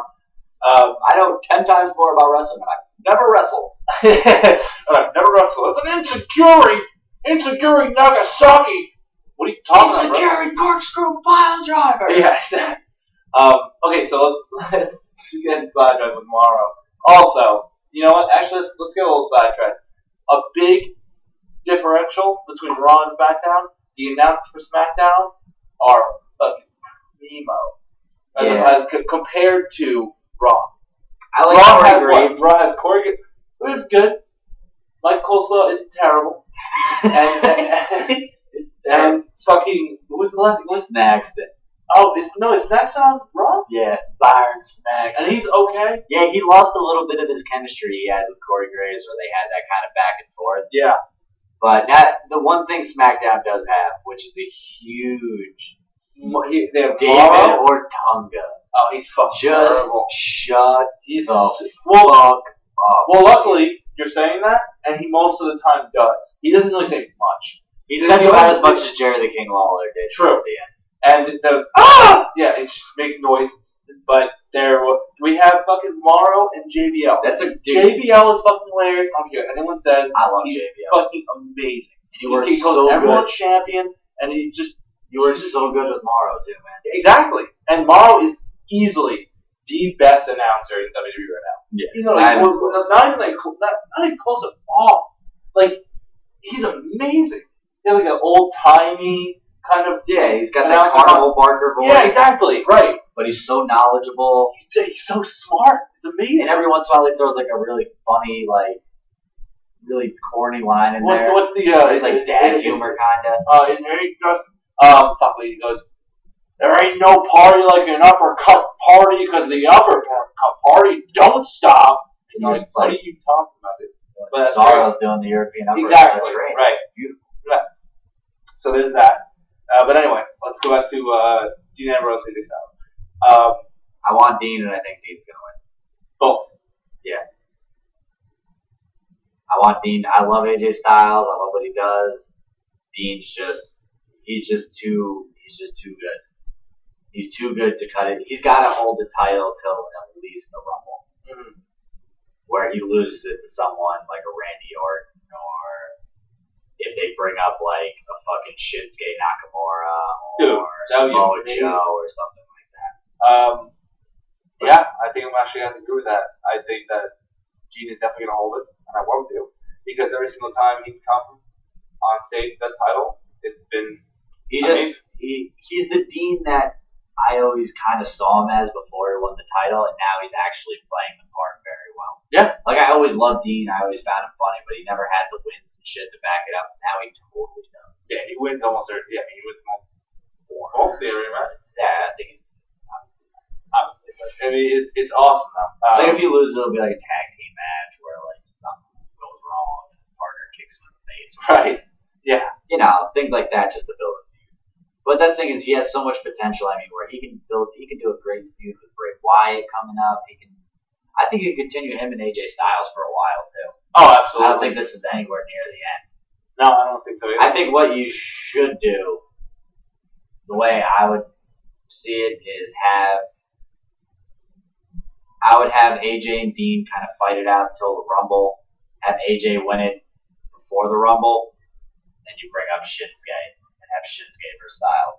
[SPEAKER 1] Um,
[SPEAKER 2] I know ten times more about wrestling, but I never wrestle.
[SPEAKER 1] and I've never wrestled. It's an insecurity. Insecurity Nagasaki. What are you talking about? bro?
[SPEAKER 2] Insecurity corkscrew pile driver.
[SPEAKER 1] Yeah, exactly. Um, okay, so let's (laughs) let's get sidetracked with Morrow. Also, you know what? Actually, let's, let's get a little sidetracked. A big differential between Raw and SmackDown. The announcements for SmackDown are fucking primo as,
[SPEAKER 2] Yeah.
[SPEAKER 1] as c- compared to Raw.
[SPEAKER 2] I like
[SPEAKER 1] Raw
[SPEAKER 2] Corey
[SPEAKER 1] has what?
[SPEAKER 2] Graves. (laughs)
[SPEAKER 1] Raw has Corey. Graves, who is good. Mike Coleslaw is terrible. And,
[SPEAKER 2] uh, (laughs)
[SPEAKER 1] and, (laughs) and fucking who was the last one?
[SPEAKER 2] Snacks. that-
[SPEAKER 1] Oh, it's no, it's next on Raw,
[SPEAKER 2] Yeah, Byron Snacks.
[SPEAKER 1] and he's okay.
[SPEAKER 2] yeah, he lost a little bit of his chemistry he had with Corey Graves, where they had that kind of back and forth.
[SPEAKER 1] Yeah.
[SPEAKER 2] But that the one thing SmackDown does have, which is a huge
[SPEAKER 1] Mo- He, they have
[SPEAKER 2] David
[SPEAKER 1] Morrow.
[SPEAKER 2] Ortunga.
[SPEAKER 1] Oh, he's fucking
[SPEAKER 2] Just
[SPEAKER 1] terrible.
[SPEAKER 2] shut
[SPEAKER 1] He's
[SPEAKER 2] the
[SPEAKER 1] well,
[SPEAKER 2] fuck up.
[SPEAKER 1] well. Luckily, you're saying that, and he most of the time does. He doesn't really say much.
[SPEAKER 2] He
[SPEAKER 1] He's
[SPEAKER 2] says
[SPEAKER 1] the
[SPEAKER 2] about
[SPEAKER 1] only-
[SPEAKER 2] as much as Jerry the King Lawler did.
[SPEAKER 1] True.
[SPEAKER 2] towards the end.
[SPEAKER 1] And the ah, yeah, it just makes noises. But there, wa- we have fucking Morrow and JBL.
[SPEAKER 2] That's a dude.
[SPEAKER 1] JBL is fucking hilarious. I don't care what anyone says.
[SPEAKER 2] I love
[SPEAKER 1] he's
[SPEAKER 2] JBL.
[SPEAKER 1] Fucking amazing.
[SPEAKER 2] You
[SPEAKER 1] He's-
[SPEAKER 2] were
[SPEAKER 1] he calls
[SPEAKER 2] so
[SPEAKER 1] everyone
[SPEAKER 2] good.
[SPEAKER 1] champion, and he's just
[SPEAKER 2] You were so good with Morrow too, man.
[SPEAKER 1] exactly. And Morrow is easily the best announcer in WWE right now.
[SPEAKER 2] Yeah.
[SPEAKER 1] You know, like,
[SPEAKER 2] I'm-
[SPEAKER 1] well, well, not even like cl- not, not even close at all. Like he's amazing. He has like an old timey kind of
[SPEAKER 2] Yeah, he's got
[SPEAKER 1] Now
[SPEAKER 2] that
[SPEAKER 1] it's about-
[SPEAKER 2] carnival barker voice,
[SPEAKER 1] yeah, exactly right.
[SPEAKER 2] but he's so knowledgeable.
[SPEAKER 1] He's, he's so smart. It's amazing.
[SPEAKER 2] And every once in a while, he throws like a really funny, like really corny line in
[SPEAKER 1] What's,
[SPEAKER 2] there.
[SPEAKER 1] what's the uh,
[SPEAKER 2] it's like
[SPEAKER 1] it-
[SPEAKER 2] dad
[SPEAKER 1] it-
[SPEAKER 2] humor, kinda.
[SPEAKER 1] uh, and there ain't just, um, fuck, what he goes, there ain't no party like an uppercut party because the uppercut party don't stop. And you're like,
[SPEAKER 2] It's
[SPEAKER 1] what
[SPEAKER 2] like-
[SPEAKER 1] are you talking about? Dude? But-
[SPEAKER 2] Cesaro's doing the European upper
[SPEAKER 1] Exactly,
[SPEAKER 2] cut train.
[SPEAKER 1] right.
[SPEAKER 2] Beautiful.
[SPEAKER 1] Right. So there's that. Uh, but anyway, let's go back to uh, Dean Ambrose and Nick Styles. Um,
[SPEAKER 2] I want Dean, and I think Dean's gonna win.
[SPEAKER 1] both.
[SPEAKER 2] I want Dean. I love AJ Styles. I love what he does. Dean's just he's just too he's just too good. He's too good to cut it. He's got to hold the title till at least the Rumble, where he loses it to someone like a Randy Orton, or if they bring up like a fucking Shinsuke Nakamura
[SPEAKER 1] Dude,
[SPEAKER 2] or
[SPEAKER 1] that would be
[SPEAKER 2] Samoa
[SPEAKER 1] amazing.
[SPEAKER 2] Joe or something like that.
[SPEAKER 1] Um, yeah, I think I'm actually going to agree with that. I think that Gene is definitely going to hold it, and I want him to, because every single time he's come on stage, that title, it's been
[SPEAKER 2] He
[SPEAKER 1] I
[SPEAKER 2] just
[SPEAKER 1] mean-
[SPEAKER 2] he he's the dean that I always kind of saw him as before he won the title, and now he's actually playing the part very well.
[SPEAKER 1] Yeah.
[SPEAKER 2] like I always loved Dean. I always found him funny, but he never had the wins and shit to back it up. Now he totally does.
[SPEAKER 1] Yeah, he wins almost every. Yeah, he wins almost almost every match.
[SPEAKER 2] Yeah, I think it's obviously.
[SPEAKER 1] Obviously, but, I mean, it's it's awesome though. Um,
[SPEAKER 2] like if he loses, it'll be like a tag team match where like something goes wrong and his partner kicks him in the face. or
[SPEAKER 1] right,
[SPEAKER 2] something. you know, things like that just to build a feud. But that's the thing is he has so much potential. I mean, where he can build, he can do a great feud with Bray Wyatt coming up. He can, I think he can continue him and AJ Styles for a while too.
[SPEAKER 1] oh,
[SPEAKER 2] I
[SPEAKER 1] absolutely.
[SPEAKER 2] don't think this is anywhere near the end.
[SPEAKER 1] no, I don't think so. Either.
[SPEAKER 2] I think what you should do, the way I would see it, is have I would have AJ and Dean kind of fight it out until the Rumble. Have AJ win it before the Rumble, then you bring up Shinsuke and have Shinsuke versus Styles.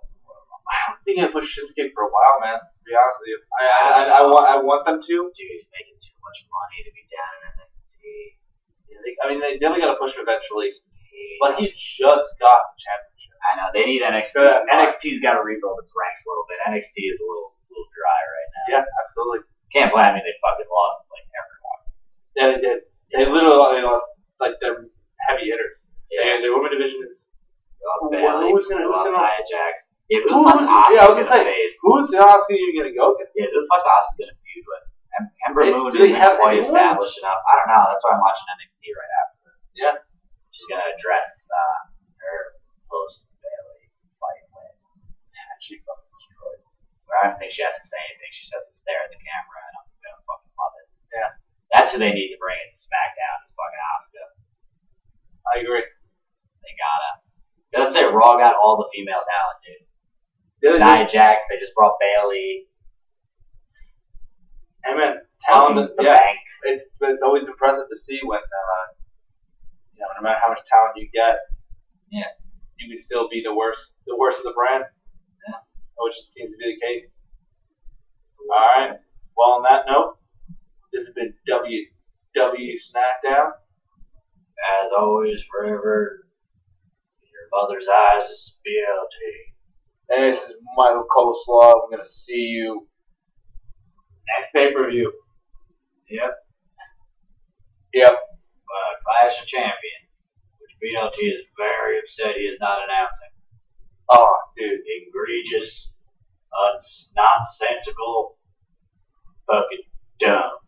[SPEAKER 1] I don't think I pushed Shinsuke for a while, man. To be honest with you, I I, I, I want I want them to.
[SPEAKER 2] Dude, he's making too much money to be down in NXT.
[SPEAKER 1] I mean, they definitely got to push him eventually. But he just got the championship.
[SPEAKER 2] I know they need NXT.
[SPEAKER 1] Good.
[SPEAKER 2] NXT's got to rebuild its ranks a little bit. NXT is a little, little dry right now.
[SPEAKER 1] Yeah, absolutely.
[SPEAKER 2] Can't blame. I mean, they fucking lost like everyone.
[SPEAKER 1] Yeah, they did. They literally lost like their heavy hitters. Yeah. their women division is
[SPEAKER 2] lost
[SPEAKER 1] Well,
[SPEAKER 2] Bailey.
[SPEAKER 1] who was gonna-
[SPEAKER 2] they
[SPEAKER 1] who's
[SPEAKER 2] lost
[SPEAKER 1] gonna-
[SPEAKER 2] Nia Jax. Yeah, who,
[SPEAKER 1] Who
[SPEAKER 2] the fuck's
[SPEAKER 1] was-
[SPEAKER 2] Asuka
[SPEAKER 1] yeah, I was
[SPEAKER 2] gonna
[SPEAKER 1] gonna say,
[SPEAKER 2] face?
[SPEAKER 1] Who's Asuka even gonna go against?
[SPEAKER 2] Yeah, who the fuck's Asuka gonna feud with? Em- Ember
[SPEAKER 1] Yeah,
[SPEAKER 2] Moon
[SPEAKER 1] do they
[SPEAKER 2] isn't
[SPEAKER 1] have
[SPEAKER 2] quite
[SPEAKER 1] anyone?
[SPEAKER 2] established enough. I don't know. That's why I'm watching NXT right after this.
[SPEAKER 1] Yeah.
[SPEAKER 2] She's gonna address uh, her post Bailey fight win. (laughs) She fucking destroyed. But I don't think she has to say anything. She just has to stare at the camera, and I'm gonna fucking love it.
[SPEAKER 1] Yeah.
[SPEAKER 2] That's who they need to bring in SmackDown. Is fucking Asuka.
[SPEAKER 1] I agree.
[SPEAKER 2] They gotta. Let's say Raw got all the female talent, dude.
[SPEAKER 1] Yeah, they
[SPEAKER 2] Nia Jax. They just brought Bailey.
[SPEAKER 1] do. Amen.
[SPEAKER 2] fucking
[SPEAKER 1] Talent.
[SPEAKER 2] the
[SPEAKER 1] Yeah,
[SPEAKER 2] bank.
[SPEAKER 1] it's but it's always impressive to see when uh, you know no matter how much talent you get,
[SPEAKER 2] Yeah.
[SPEAKER 1] you can still be the worst the worst of the brand.
[SPEAKER 2] Yeah.
[SPEAKER 1] which seems to be the case. All right. Well, on that note, this has been W W E Snackdown.
[SPEAKER 2] As always, forever. Your mother's eyes is BLT.
[SPEAKER 1] And this is Michael Coleslaw. I'm gonna see you next pay per view.
[SPEAKER 2] Yep.
[SPEAKER 1] Yep.
[SPEAKER 2] Uh, Clash of Champions, which BLT is very upset he is not announcing.
[SPEAKER 1] Oh, dude.
[SPEAKER 2] uh, Egregious, uns- nonsensical, fucking dumb.